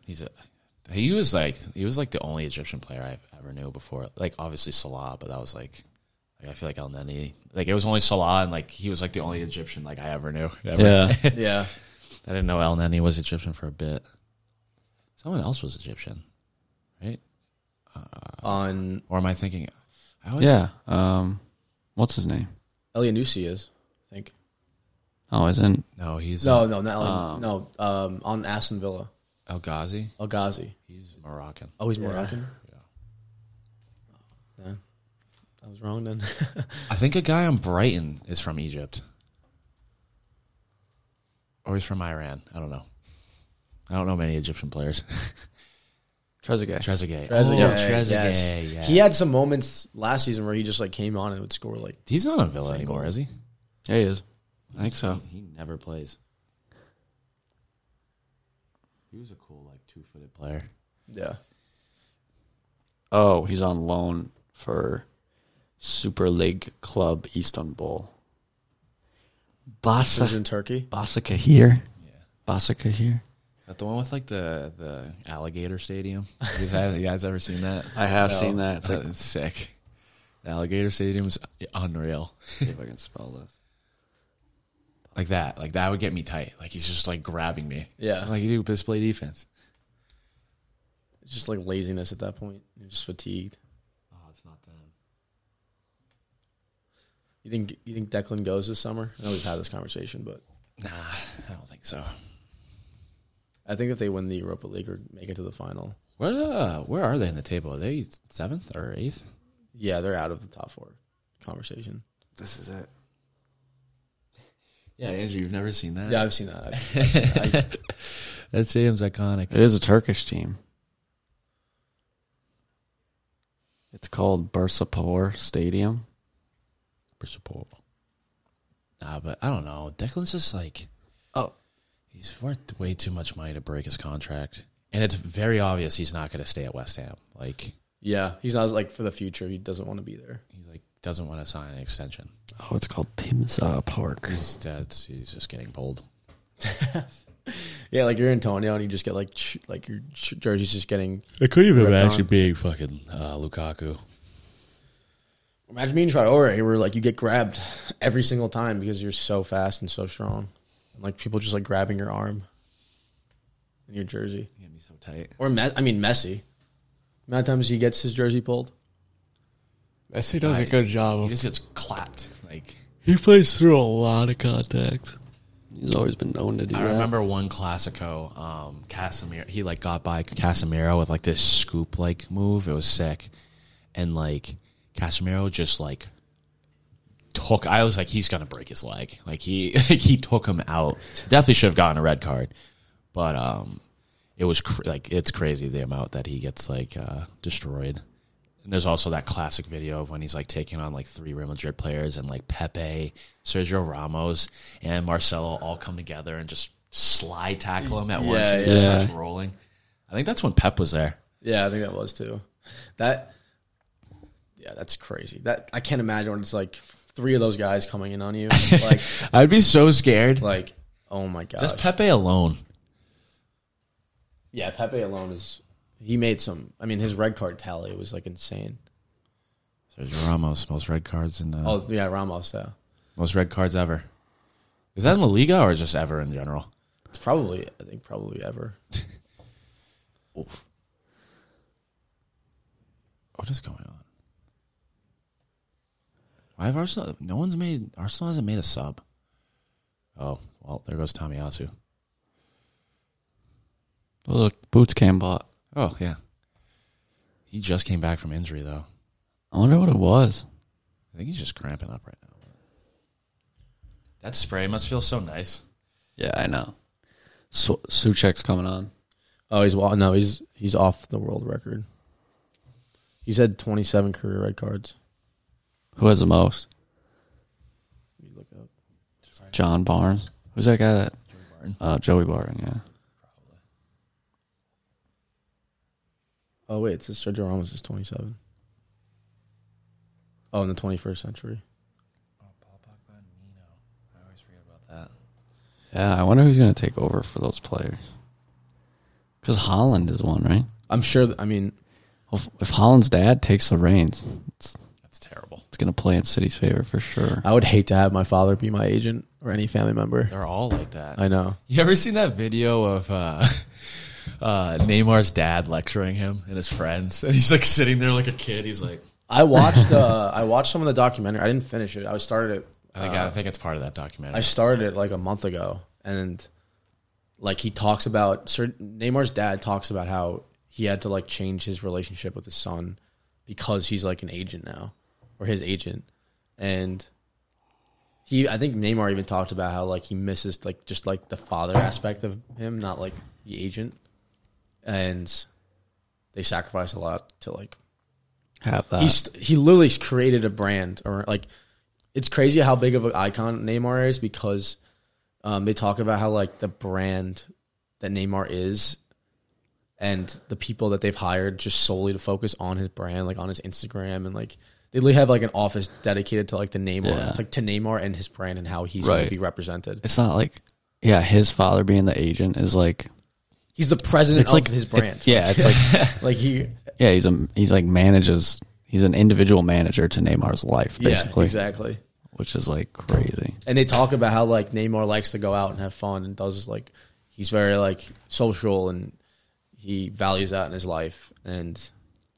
B: He's a he was like he was like the only Egyptian player I ever knew before. Like obviously Salah, but that was like, like I feel like El Neni. Like it was only Salah, and like he was like the only Egyptian like I ever knew. Ever.
C: Yeah.
A: Yeah.
B: I didn't know El Neni was Egyptian for a bit. Someone else was Egyptian, right? Uh,
A: on
B: Or am I thinking? I always,
C: Yeah. Um, what's his name?
A: Elianusi is, I think.
C: Oh, isn't
B: No, he's
A: No,
B: no
A: no, not Elian. no, um, on Aston Villa,
B: El Ghazi.
A: El Ghazi.
B: He's Moroccan.
A: Oh, he's Moroccan. Yeah. I was wrong then.
B: I think a guy on Brighton is from Egypt, or he's from Iran. I don't know. I don't know many Egyptian players.
C: Trezeguet?
B: Trezeguet.
A: Trezeguet,
B: Oh, Trezeguet.
A: yes.
B: Yeah.
A: He had some moments last season where he just like came on and would score like
B: he's not on Villa anymore, is he?
C: Yeah, he is. I think so.
B: He never plays. He was a cool, like two-footed player.
A: yeah.
E: Oh, he's on loan for Super League club Istanbul.
A: He was
C: Basa
A: in Turkey.
C: Basaka here.
B: Yeah.
C: Basaka here.
B: Is that the one with like the the alligator stadium? You guys, have- you guys ever seen that?
C: I have
B: No.
C: seen that.
B: That's it's sick. The alligator stadium's unreal.
C: see if I can spell this.
B: Like that. Like that would get me tight. Like he's just like grabbing me.
A: Yeah.
B: Like you do just play defense.
A: It's just like laziness at that point. You're just fatigued.
B: Oh, it's not them.
A: You think you think Declan goes this summer? I know we've had this conversation, but
B: I don't think so.
A: I think if they win the Europa League or make it to the final,
B: Where uh, where are they in the table? Are they seventh or eighth?
A: yeah, they're out of the top four conversation.
C: This is it.
B: Yeah, Andrew, you've never seen that.
A: Yeah, I've seen that. I've-
B: that stadium's iconic.
C: It is a Turkish team. It's called Bursapor Stadium.
B: for support. Nah, but I don't know. Declan's just like,
C: Oh.
B: he's worth way too much money to break his contract, and it's very obvious he's not going to stay at West Ham. Like
A: yeah, he's not like for the future. He doesn't want to be there.
B: he like doesn't want to sign an extension.
C: Oh, it's called Timsah Park.
B: He's that's he's just getting bold.
A: Yeah, like you're Antonio, and you just get like ch- like your ch- jersey's just getting.
B: It could even
A: Ripped actually on.
B: being fucking uh, Lukaku.
A: Imagine being Traore, where like you get grabbed every single time because you're so fast and so strong, and like people just like grabbing your arm in your jersey.
B: He got me so tight.
A: Or Me- I mean Messi. Amount of times he gets his jersey pulled.
C: Messi
B: does a good
C: job.
B: He just gets clapped. Like
C: He plays through a lot of contact. He's always been known to do
B: I
C: that.
B: remember one Classico, um, Casemiro. He like got by Casemiro with like this scoop like move. It was sick, and like Casemiro just like took. I was like, he's gonna break his leg. Like he like, he took him out. Definitely should have gotten a red card, but um, it was cr- like it's crazy the amount that he gets like uh, destroyed. And there's also that classic video of when he's like taking on like three Real Madrid players and like Pepe, Sergio Ramos, and Marcelo all come together and just slide tackle him at once. And he just
C: yeah.
B: starts rolling. I think that's when Pep was there.
A: Yeah, I think that was too. That Yeah, that's crazy. That I can't imagine when it's like three of those guys coming in on you. Like
B: I'd be so scared.
A: like oh my gosh.
B: Just Pepe alone.
A: yeah, Pepe alone is he made some I mean his red card tally was like insane.
B: Sergio Ramos, most red cards in uh,
A: Oh yeah, Ramos though.
B: most red cards ever. Is that in La Liga or just ever in general?
A: It's probably I think probably ever.
B: What Oh, is going on? Why have Arsenal? No one's made. Arsenal hasn't made a sub. Oh well, there goes Tomiyasu.
C: Look, Boots cam bought.
B: Oh yeah, he just came back from injury though.
C: I wonder what it was.
B: I think he's just cramping up right now. That spray must feel so nice.
C: Yeah, I know. Su- Suchek's coming on.
A: Oh he's well no, he's he's off the world record. He's had twenty seven career red cards.
C: Who has the most?
A: Let me look it up.
C: John Barnes. Who's that guy that?
B: Barton.
C: Uh, Joey Barton, yeah.
A: Oh wait, it says Sergio Ramos is twenty seven. Oh, in the twenty first century.
B: I always forget about that.
C: Yeah, I wonder who's going to take over for those players. Because Holland is one, right?
A: I'm sure. That, I mean,
C: If, if Holland's dad takes the reins, it's,
B: That's terrible.
C: it's going to play in City's favor for sure.
A: I would hate to have my father be my agent or any family member.
B: They're all like that.
A: I know.
B: You ever seen that video of uh uh, Neymar's dad lecturing him and his friends, and he's like sitting there like a kid. He's like,
A: I watched uh, I watched some of the documentary. I didn't finish it. I started it.
B: I think, I think it's part of that documentary.
A: I started it like a month ago, and like he talks about Sir Neymar's dad talks about how he had to like change his relationship with his son because he's like an agent now, or his agent, and he I think Neymar even talked about how like he misses like just like the father aspect of him, not like the agent, and they sacrifice a lot to like
E: Have
C: Uh,
E: that.
A: he's he literally created a brand or like it's crazy how big of an icon Neymar is because um, they talk about how like the brand that Neymar is and the people that they've hired just solely to focus on his brand, like on his Instagram and like they literally have like an office dedicated to like the Neymar,
C: Yeah.
A: like to Neymar and his brand and how he's going
C: Right.
A: to be represented.
C: It's not like, yeah, his father being the agent is like,
A: He's the president
C: it's
A: of
C: like
A: his brand.
C: yeah, it's like,
A: Like he,
C: yeah, he's a he's like manages. He's an individual manager to Neymar's life,
A: yeah,
C: basically,
A: exactly.
C: which is like crazy.
A: and they talk about how like Neymar likes to go out and have fun and does like he's very like social and he values that in his life and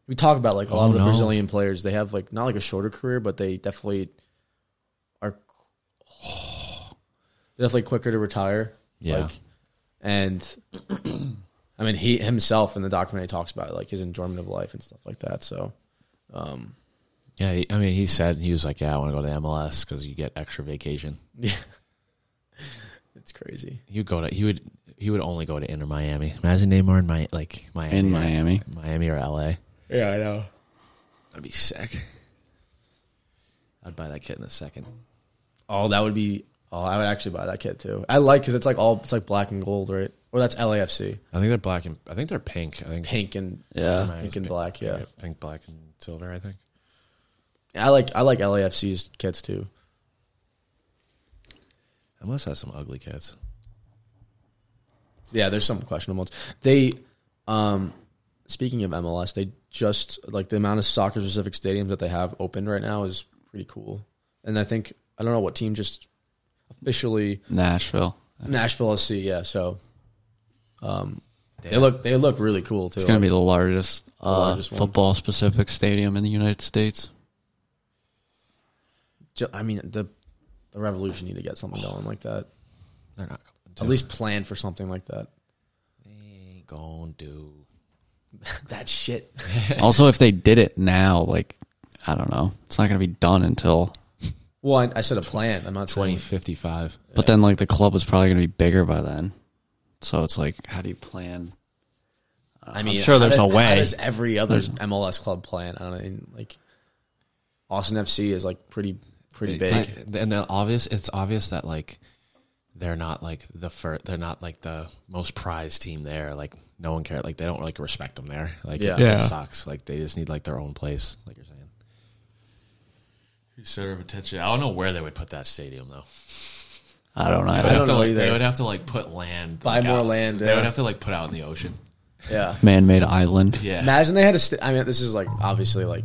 A: we talk about like a lot of the
B: no.
A: Brazilian players they have like not like a shorter career but they definitely are they're definitely quicker to retire
B: Yeah.
A: like and I mean he himself in the documentary talks about like his enjoyment of life and stuff like that so um
B: yeah, he- I mean, he said he was like, "Yeah, I want to go to MLS because you get extra vacation."
A: yeah it's crazy
B: He would go to he would he would only go to Inter Miami. Imagine Neymar in my like Miami,
C: In Miami.
B: Miami or LA.
A: yeah I know
B: That'd be sick. I'd buy that kit in a second.
A: Oh, that would be. Oh, I would actually buy that kit too. I like because it's like all it's like black and gold, right? Or that's LAFC,
B: I think they're black and I think they're pink. I think
A: pink and
C: Yeah.
B: Miami's
A: pink and black. Yeah,
B: pink, black, and silver. I think.
A: I like I like LAFC's kits too.
B: MLS has some ugly kits.
A: Yeah, there's some questionable ones. They, um, speaking of MLS, they just like the amount of soccer specific stadiums that they have open right now is pretty cool. And I think I don't know what team just officially
C: Nashville.
A: Nashville SC. Yeah, so, um, they look they look really cool too.
C: It's going to be the largest, uh,
A: largest one.
C: football specific stadium in the United States.
A: Ju- I mean the the revolution need to get something going like that.
B: They're not. Going to.
A: At least plan for something like that.
B: they ain't gonna do.
A: that shit.
C: also, if they did it now, like, I don't know, it's not going to be done until.
A: Well, I, I said a plan. I'm not
B: Twenty
A: saying
B: fifty five.
C: But then, like, the club is probably going to be bigger by then. So it's like, how do you plan?
A: I mean,
C: sure there's
A: how
C: a
A: does- How
C: way.
A: does every other MLS club plan? I don't know. Like Austin FC is like pretty pretty big.
B: and the obvious. It's obvious that like they're not like the first. They're not like the most prized team there. Like no one cares. Like they don't like respect them there. Like
A: Yeah.
B: yeah.
E: Yeah.
B: it sucks. Like they just need like their own place. Like you're saying. Who's Center of attention. I don't know where they would put that stadium though.
C: I don't know.
B: They would
A: don't
B: have to,
A: know
B: like,
A: either.
B: They would have to like put land,
A: Buy
B: like,
A: more
B: out-
A: land, uh,
B: They
A: yeah.
B: would have to like put out in the ocean.
A: yeah.
C: Man made island.
B: Yeah,
A: Imagine they had a. St- I mean, this is like obviously like.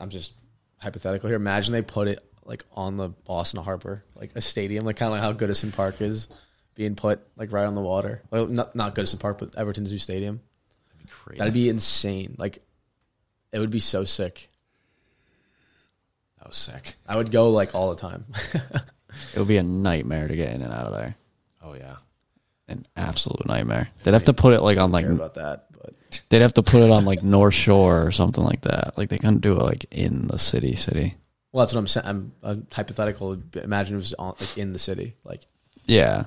A: I'm just hypothetical here. Imagine they put it like on the Boston Harbor, like a stadium, like kind of like how Goodison Park is being put like right on the water. Well, not not Goodison Park, but Everton's new stadium.
B: that'd be crazy.
A: That'd be insane. Like, it would be so sick.
B: that was sick.
A: I would go like all the time.
C: It would be a nightmare to get in and out of there.
B: Oh yeah,
C: An absolute nightmare. They'd have to put it, like, on, like,
A: Care about that, but
C: they'd have to put it on, like, North Shore or something like that. Like, they couldn't do it, like, in the city, city.
A: well, that's what I'm saying. I'm, I'm hypothetical. Imagine it was on, like in the city, like
C: Yeah.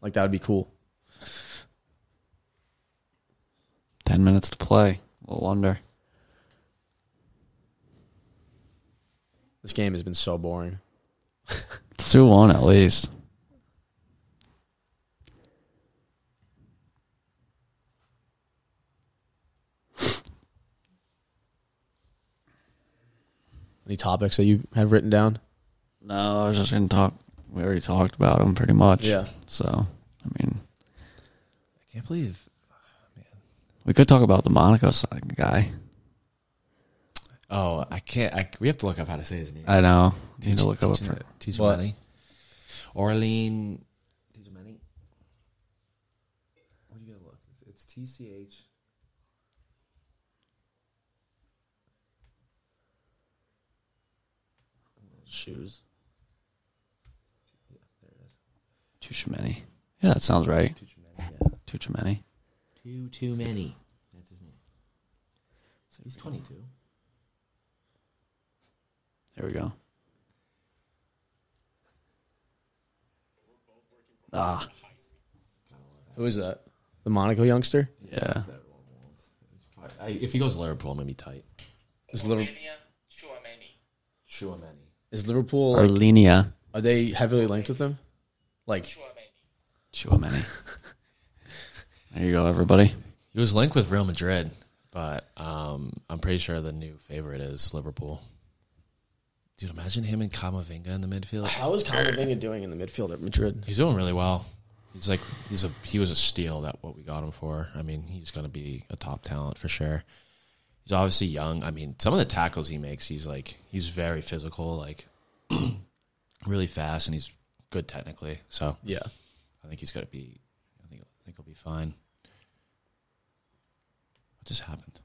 A: like that would be cool.
C: 10 minutes to play. A little under.
A: This game has been so boring.
C: 2 1 at least.
A: Any topics that you have written down?
C: No, I was just going to talk. We already talked about them pretty much.
A: Yeah.
C: So, I mean,
B: I can't believe.
C: we could talk about the Monaco side guy.
B: Oh, I can't. I, we have to look up how to say his name.
C: I know. You
B: Teach-
C: need to look up.
B: teach-
C: a-
B: teach
A: What?
B: Orlean. Orlean. Tizamani? TCH.
C: Shoes.
B: Yeah, there it is.
C: Tuchemeni. Yeah, that sounds right.
B: Too many. Yeah.
C: Tuchemeni.
B: Too too many. That's his name. He's 22.
C: There we go. Ah,
A: Who is that? The Monaco youngster?
C: yeah.
B: I, if he goes Liverpool, I'm gonna be tight.
A: Is, Liver-
B: Too many.
A: is Liverpool like,
C: Arlenia.
A: are they heavily linked with him? Like
C: Chouameni. there you go, everybody.
B: He was linked with Real Madrid, but um, I'm pretty sure the new favorite is Liverpool. Dude, imagine him and Kamavinga in the midfield.
A: how is Camavinga doing in the midfield at Madrid?
B: He's doing really well. He's like he's a he was a steal that what we got him for. I mean, he's going to be a top talent for sure. He's obviously young. I mean, some of the tackles he makes, he's like he's very physical, like really fast, and he's good technically. So
A: Yeah.
B: I think he's going to be. I think I think he'll be fine. What just happened?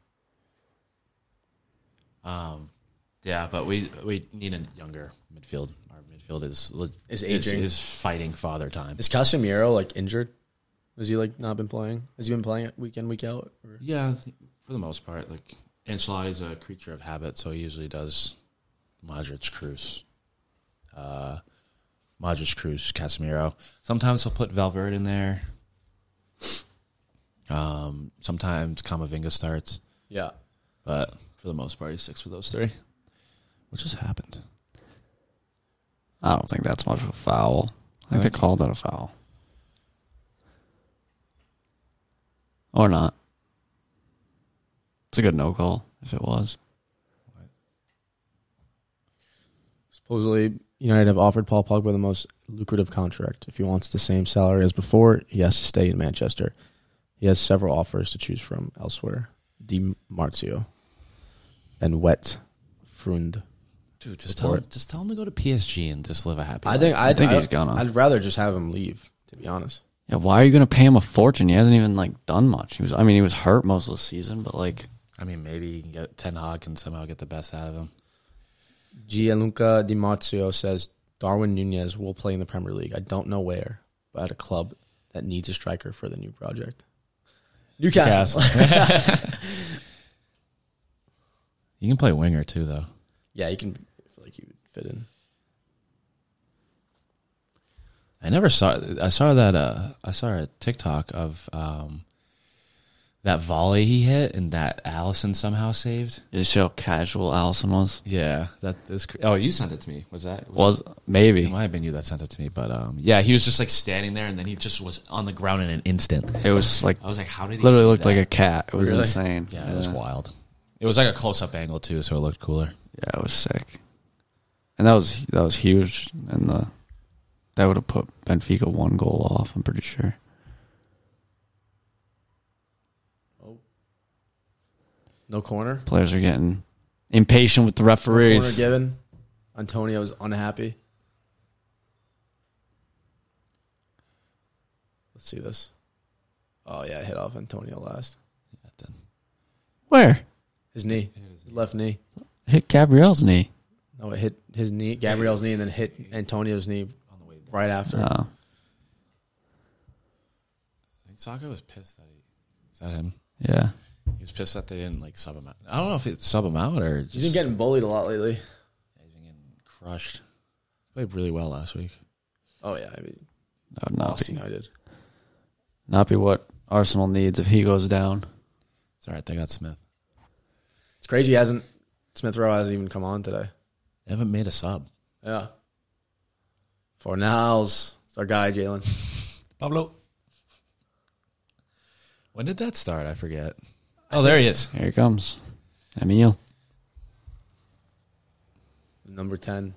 B: Um, yeah, but we we need a younger midfield. Our midfield is le-
A: Is aging.
B: Is, fighting father time.
A: Is Casemiro like injured? Has he like not been playing? Has he been playing week in week out? Or?
B: yeah, for the most part, like Ancelotti's a creature of habit, so he usually does Modric, Cruz, uh, Modric, Cruz, Casemiro. Sometimes he'll put Valverde in there. Um, sometimes Kamavinga starts.
A: Yeah.
B: But for the most part, he sticks with those three. What just happened?
C: I don't think that's much of a foul. I think they called that a foul. Or not. It's a good no call if it was.
A: Supposedly, United have offered Paul Pogba the most lucrative contract. If he wants the same salary as before, he has to stay in Manchester. He has several offers to choose from elsewhere. Di Marzio and Wet Frund.
B: Dude, just tell, him, just tell him to go to PSG and just live a happy
A: I
B: life.
A: think I'd,
C: think he's
A: I'd-
C: gonna.
A: I'd rather just have him leave. To be honest,
C: Yeah, why are you going to pay him a fortune? He hasn't even like done much. He was, I mean, he was hurt most of the season, but like,
B: I mean, maybe you can get Ten Hag can somehow get the best out of him.
A: Gianluca Di Marzio says Darwin Nunez will play in the Premier League. I don't know where, but at a club that needs a striker for the new project. Newcastle.
B: You can play winger too, though.
A: yeah, you can. I feel like you would fit in.
B: I never saw. I saw that. Uh, I saw a TikTok of um, that volley he hit and that Allison somehow saved.
C: you see how casual Allison was?
B: Yeah, that is. cr- Oh, you sent it to me. Was that?
C: Was maybe
B: It might have been you that sent it to me, but um, yeah, he was just like standing there, and then he just was on the ground in an instant.
C: it was like
B: I was like, how did he
C: literally
B: see
C: looked
B: that?
C: like a cat. It was insane.
B: Yeah, it was wild. It was like a close up angle too, so it looked cooler.
C: Yeah, it was sick. And that was that was huge and the that would have put Benfica one goal off, I'm pretty sure.
A: No corner.
C: Players are getting impatient with the
A: Corner
C: referees.
A: given. Antonio's unhappy. Let's see this. Oh yeah, it hit off Antonio last.
C: Where?
A: His knee, his left knee.
C: Hit Gabrielle's knee.
A: No, it hit his knee, Gabriel's knee, and then hit Antonio's knee right after.
C: Oh.
B: I think Saka was pissed that he. Is that him?
C: Yeah.
B: He was pissed that they didn't like sub him out. I don't know if it sub him out or just
A: He's been getting bullied a lot lately.
B: he's been getting crushed. He played really well last week.
A: Oh yeah, I mean,
C: That would not
A: Austin
C: be,
A: United.
C: not be what Arsenal needs if he goes down.
B: It's all right. They got Smith.
A: It's crazy. He hasn't Smith Rowe hasn't even come on today.
B: They haven't made a sub.
A: Yeah. Fornals, it's our guy, Jalen.
B: Pablo. When did that start? I forget. Oh, there he is.
C: Here he comes. Emil.
A: Number ten.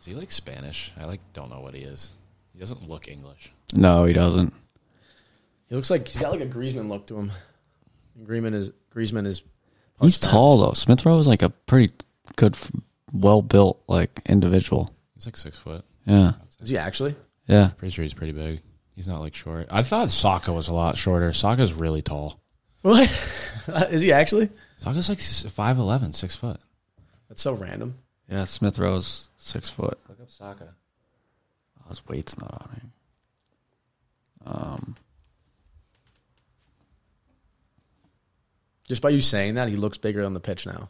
B: Is he like Spanish? I like don't know what he is. He doesn't look English.
C: No, he doesn't.
A: He looks like he's got like a Griezmann look to him. Griezmann is Griezmann is.
C: He's tall though. Smith Rowe is like a pretty good, well built like individual.
B: He's like six foot.
C: Yeah,
A: Is he actually?
C: yeah.
B: Pretty sure he's pretty big. He's not like short. I thought Sokka was a lot shorter. Sokka's really tall.
A: What is he actually?
B: Saga's like 5'11", 6 foot.
A: That's so random.
C: Yeah, Smith Rowe's six foot.
B: Look up Saga.
C: Oh, his weight's not on here. Um,
A: Just by you saying that, he looks bigger on the pitch now.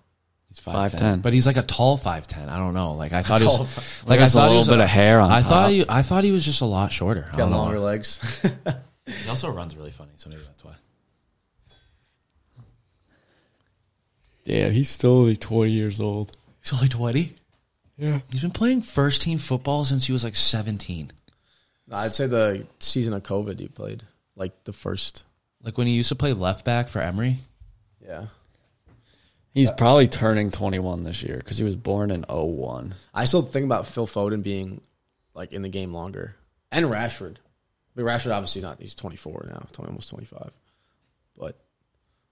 B: He's
C: 5'10".
B: 5'10". But he's like a tall 5'10". I don't know. Like I thought he
A: tall
B: was like I
C: There's a
B: thought he
C: little
B: was
C: bit of hair on
B: I
C: top.
B: thought he I thought he was just a lot shorter. I
A: Got
B: don't know.
A: longer legs.
B: He also runs really funny, so maybe that's why.
C: yeah, he's still only twenty years old.
B: He's only 20? Yeah. He's been playing first team football since he was like 17.
A: I'd say the season of COVID he played, like the first.
B: Like when he used to play left back for Emory.
A: Yeah,
C: He's probably turning twenty one this year because he was born in 01.
A: I still think about Phil Foden being like in the game longer, and Rashford. But Rashford obviously not. He's twenty four now, 20, almost twenty five. But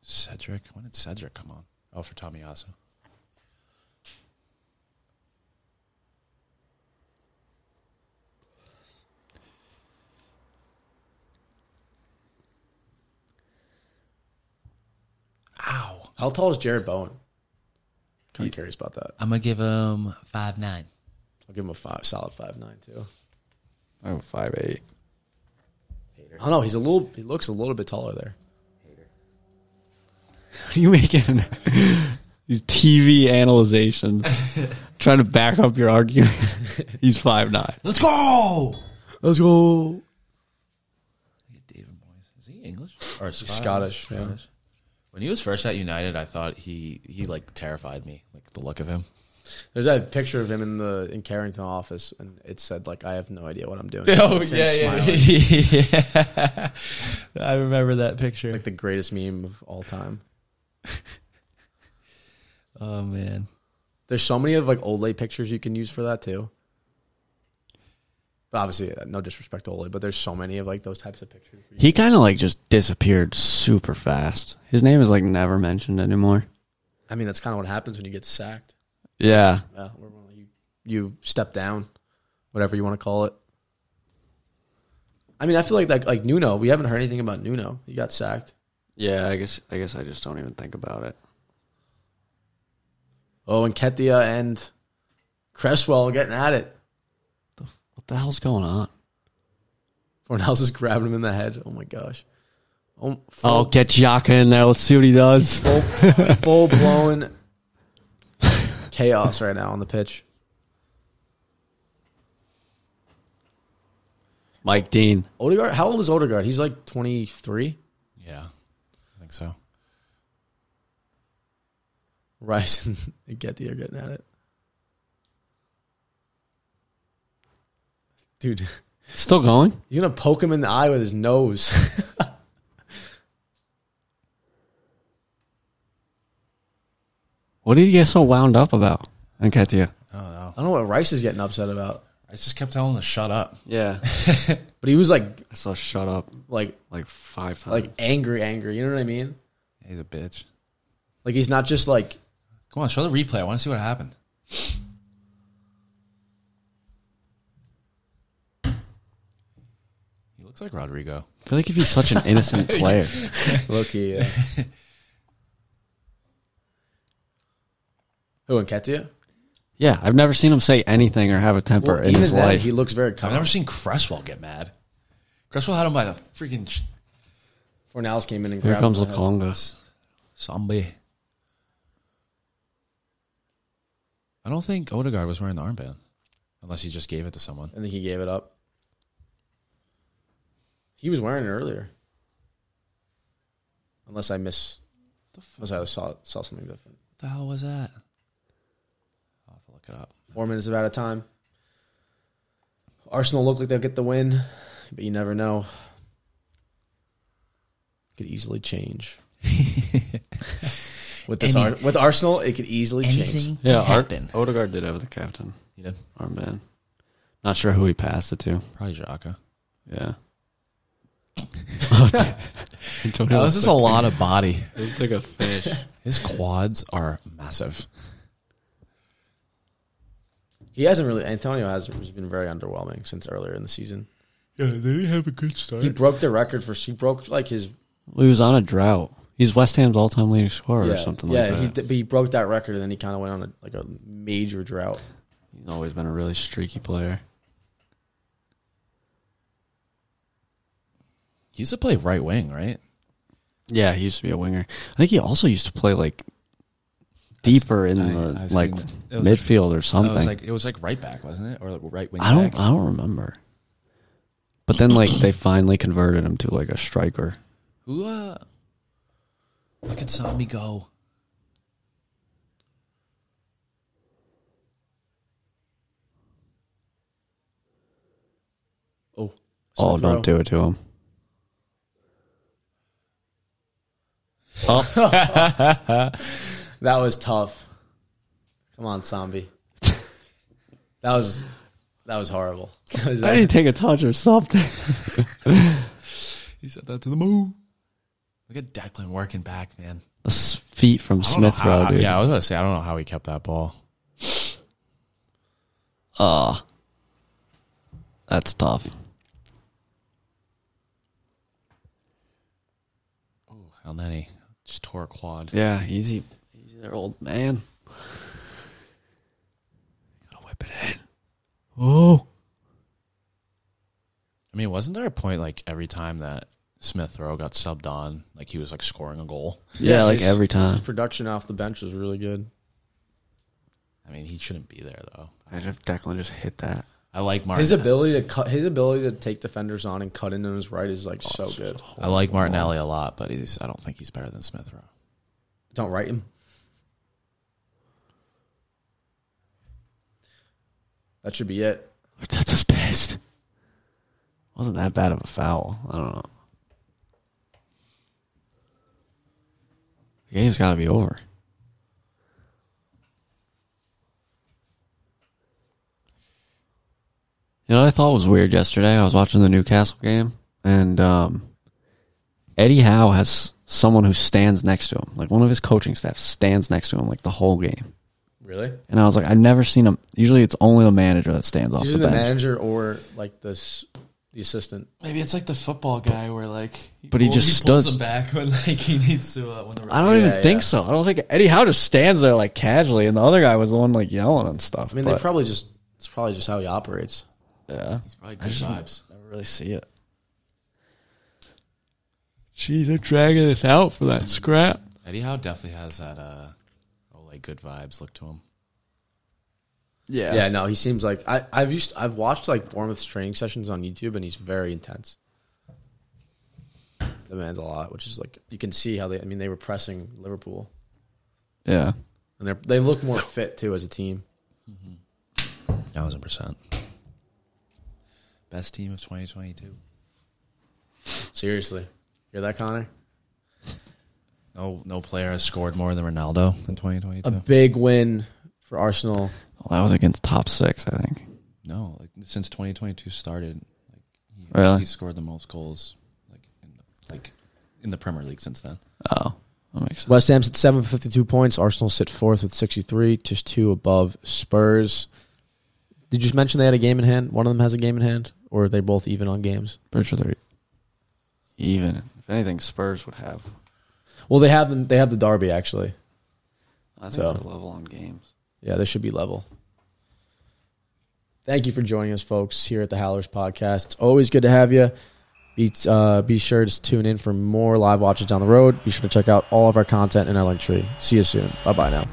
B: Cedric. When did Cedric come on? Oh, for Tommy Asu. Ow.
A: how tall is Jared Bowen? Kind of curious about that.
B: I'm gonna give him five nine.
A: I'll give him a five, solid five nine too.
C: Oh, five eight.
A: I don't know. Oh, He's a little. He looks a little bit taller there.
C: What are you making? These TV analyzations, trying to back up your argument. he's five nine.
B: Let's go.
A: Let's go.
B: David Moyes. Is he English or Scottish?
A: Scottish, yeah.
B: When he was first at United, I thought he he like terrified me, like the look of him.
A: There's that picture of him in the in Carrington office, and it said like, "I have no idea what I'm doing."
B: Oh
A: It's him
B: yeah, yeah,
A: smiling.
B: yeah. I remember that picture.
A: Like the greatest meme of all time.
B: oh man,
A: There's so many of like Ole pictures you can use for that too. But obviously, uh, no disrespect to Ole, but there's so many of like those types of pictures. where you-
C: He kind of like just disappeared super fast. His name is like never mentioned anymore.
A: I mean, that's kind of what happens when you get sacked.
C: Yeah,
A: Yeah, where when you you step down, whatever you want to call it. I mean, I feel like like like Nuno. We haven't heard anything about Nuno. He got sacked.
C: yeah. I guess I guess I just don't even think about it.
A: Oh, and Ketia and Cresswell getting at it.
C: What the hell's going on?
A: Fornals is grabbing him in the head. Oh my gosh. Oh,
C: Oh,
A: full,
C: get Yaka in there. Let's see what he does.
A: full blown chaos right now on the pitch.
C: Mike Dean.
A: Odegaard, how old is Odegaard? He's like 23.
B: yeah, I think so.
A: Rice and Getty are getting at it. Dude,
C: Still going?
A: he's going to poke him in the eye with his nose.
C: What did he get so wound up about? Enketia.
B: I don't know.
A: I don't know what Rice is getting upset about,
B: I just kept telling him to shut up.
C: Yeah.
A: but he was like,
C: I saw shut up
A: like,
C: like five times.
A: like angry, angry. You know what I mean?
B: He's a bitch.
A: Like, he's not just like,
B: Come on, show the replay. I want to see what happened. He looks like Rodrigo.
C: I feel like he'd be such an innocent player.
A: low key. Yeah. Who, and Ketia?
C: Yeah, I've never seen him say anything or have a temper in his
A: then,
C: life.
A: he looks very
B: I've
A: calm.
B: never seen Cresswell get mad. Cresswell had him by the freaking sh-
A: Fornals came in and
C: Here
A: grabbed him
C: comes
A: in the head.
C: Lukonga.
B: zombie. I don't think Odegaard was wearing the armband, unless he just gave it to someone.
A: I think he gave it up. He was wearing it earlier. Unless I miss, unless I saw saw something different.
B: What the hell was that? I'll have to look it up.
A: Four minutes of out of time. Arsenal look like they'll get the win, but you never know. Could easily change. with this
B: Any-
A: Ar- with Arsenal, it could easily change.
C: Yeah, Art, Odegaard did have the captain
B: You know,
C: armband. Not sure who he passed it to.
B: probably Jaka.
C: Yeah.
B: No,
C: Antonio
B: this is a lot of body.
C: looks like a fish.
B: His quads are massive.
A: He hasn't really. Antonio has has been very underwhelming since earlier in the season.
B: Yeah, they didn't have a good start.
A: He broke the record for he broke like his
C: He was on a drought. He He's West Ham's all-time leading scorer
A: yeah.
C: or something
A: yeah,
C: like that.
A: he did, but he broke that record, and then he kind of went on a, like a major drought.
C: He's always been a really streaky player.
B: He used to play right wing, right?
C: Yeah, he used to be a winger. I think he also used to play like deeper in
B: I-
C: the
B: I've
C: like
B: seen it. It was like-
C: midfield or
B: No, it was
C: something.
B: like it was like right back, wasn't it? Or like right wing.
C: I don't
B: back.
C: I don't remember. But then like they finally converted him to like a striker.
B: Who uh look at Sami go.
A: Oh,
C: oh,
A: Smith Rowe.
C: don't do it to him.
A: That was tough. Come on, zombie. that was that was horrible. That was-
C: I didn't take a touch or something.
B: He said that to the moon. Look at Declan working back, man.
C: Feet from Smith Rowe, dude.
B: Yeah, I was gonna say I don't know how he kept that ball.
C: Ah. that's tough.
B: El Nenny just tore a quad.
C: Yeah, easy. Easy there, old man. Gotta whip it in. Oh.
B: I mean, wasn't there a point like every time that Smith Rowe got subbed on, like he was like scoring a goal?
C: Yeah, like
A: his-
C: every
A: his
C: time.
A: uh, production off the bench was really good.
B: I mean, he shouldn't be there though.
C: Imagine if Declan just hit that.
B: I like Martin.
A: His ability to cut, his ability to take defenders on and cut into his right is
C: Oh,
A: like so good.
B: I like Martinelli a lot, but he's I don't think he's better than Smith Rowe.
A: Don't write him. That should be it.
C: Arteta's pissed. Wasn't that bad of a foul. I don't know. The game's got to be over. You know what I thought was weird yesterday? I was watching the Newcastle game, and um, Eddie Howe has someone who stands next to him. Like one of his coaching staff stands next to him, like the whole game.
A: Really?
C: And I was like, I've never seen him. Usually it's only the manager that stands off
A: Usually
C: the
A: the
C: bench.
A: manager or like this the assistant.
B: Maybe it's like the football guy where like,
C: But he well, just he pulls stood-
B: him back when like he needs to uh, when the
C: I don't even
A: Yeah,
C: think
A: yeah.
C: so. I don't think Eddie Howe just stands there like casually, and the other guy was the one like yelling and stuff.
A: I mean,
C: but,
A: they probably just it's probably just how he operates.
C: yeah,
B: He's probably good vibes.
C: never really see it. Jeez, they're dragging us out for that scrap.
B: Eddie Howe definitely has that uh, oh like good vibes look to him.
C: Yeah,
A: Yeah, no, he seems like I, I've used I've watched like Bournemouth's training sessions on YouTube, and he's very intense. Demands a lot, which is like you can see how they. I mean, they were pressing Liverpool,
C: yeah.
A: and they they look more fit too as a team.
B: Thousand percent. Best team of 2022.
A: Seriously, hear that, Connor?
B: No, no player has scored more than Ronaldo in 2022.
A: A big win for Arsenal.
C: Well, that was against top six, I think.
B: no, like since 2022 started, like he,
C: Really?
B: he scored the most goals like in the, like in the Premier League since then.
C: Oh, that makes sense.
A: West Ham's at seven fifty-two points. Arsenal sit fourth with sixty-three, just two above Spurs. Did you mention they had a game in hand? One of them has a game in hand, or are they both even on games?
C: Pretty sure they're even. If anything, Spurs would have.
A: Well, they have the, they have the derby actually.
C: I think
A: So.
C: they're level on games.
A: Yeah, they should be level. Thank you for joining us, folks, here at the Howlers Podcast. It's always good to have you. Be, uh, be sure to tune in for more live watches down the road. Be sure to check out all of our content in our link tree. See you soon. Bye bye now.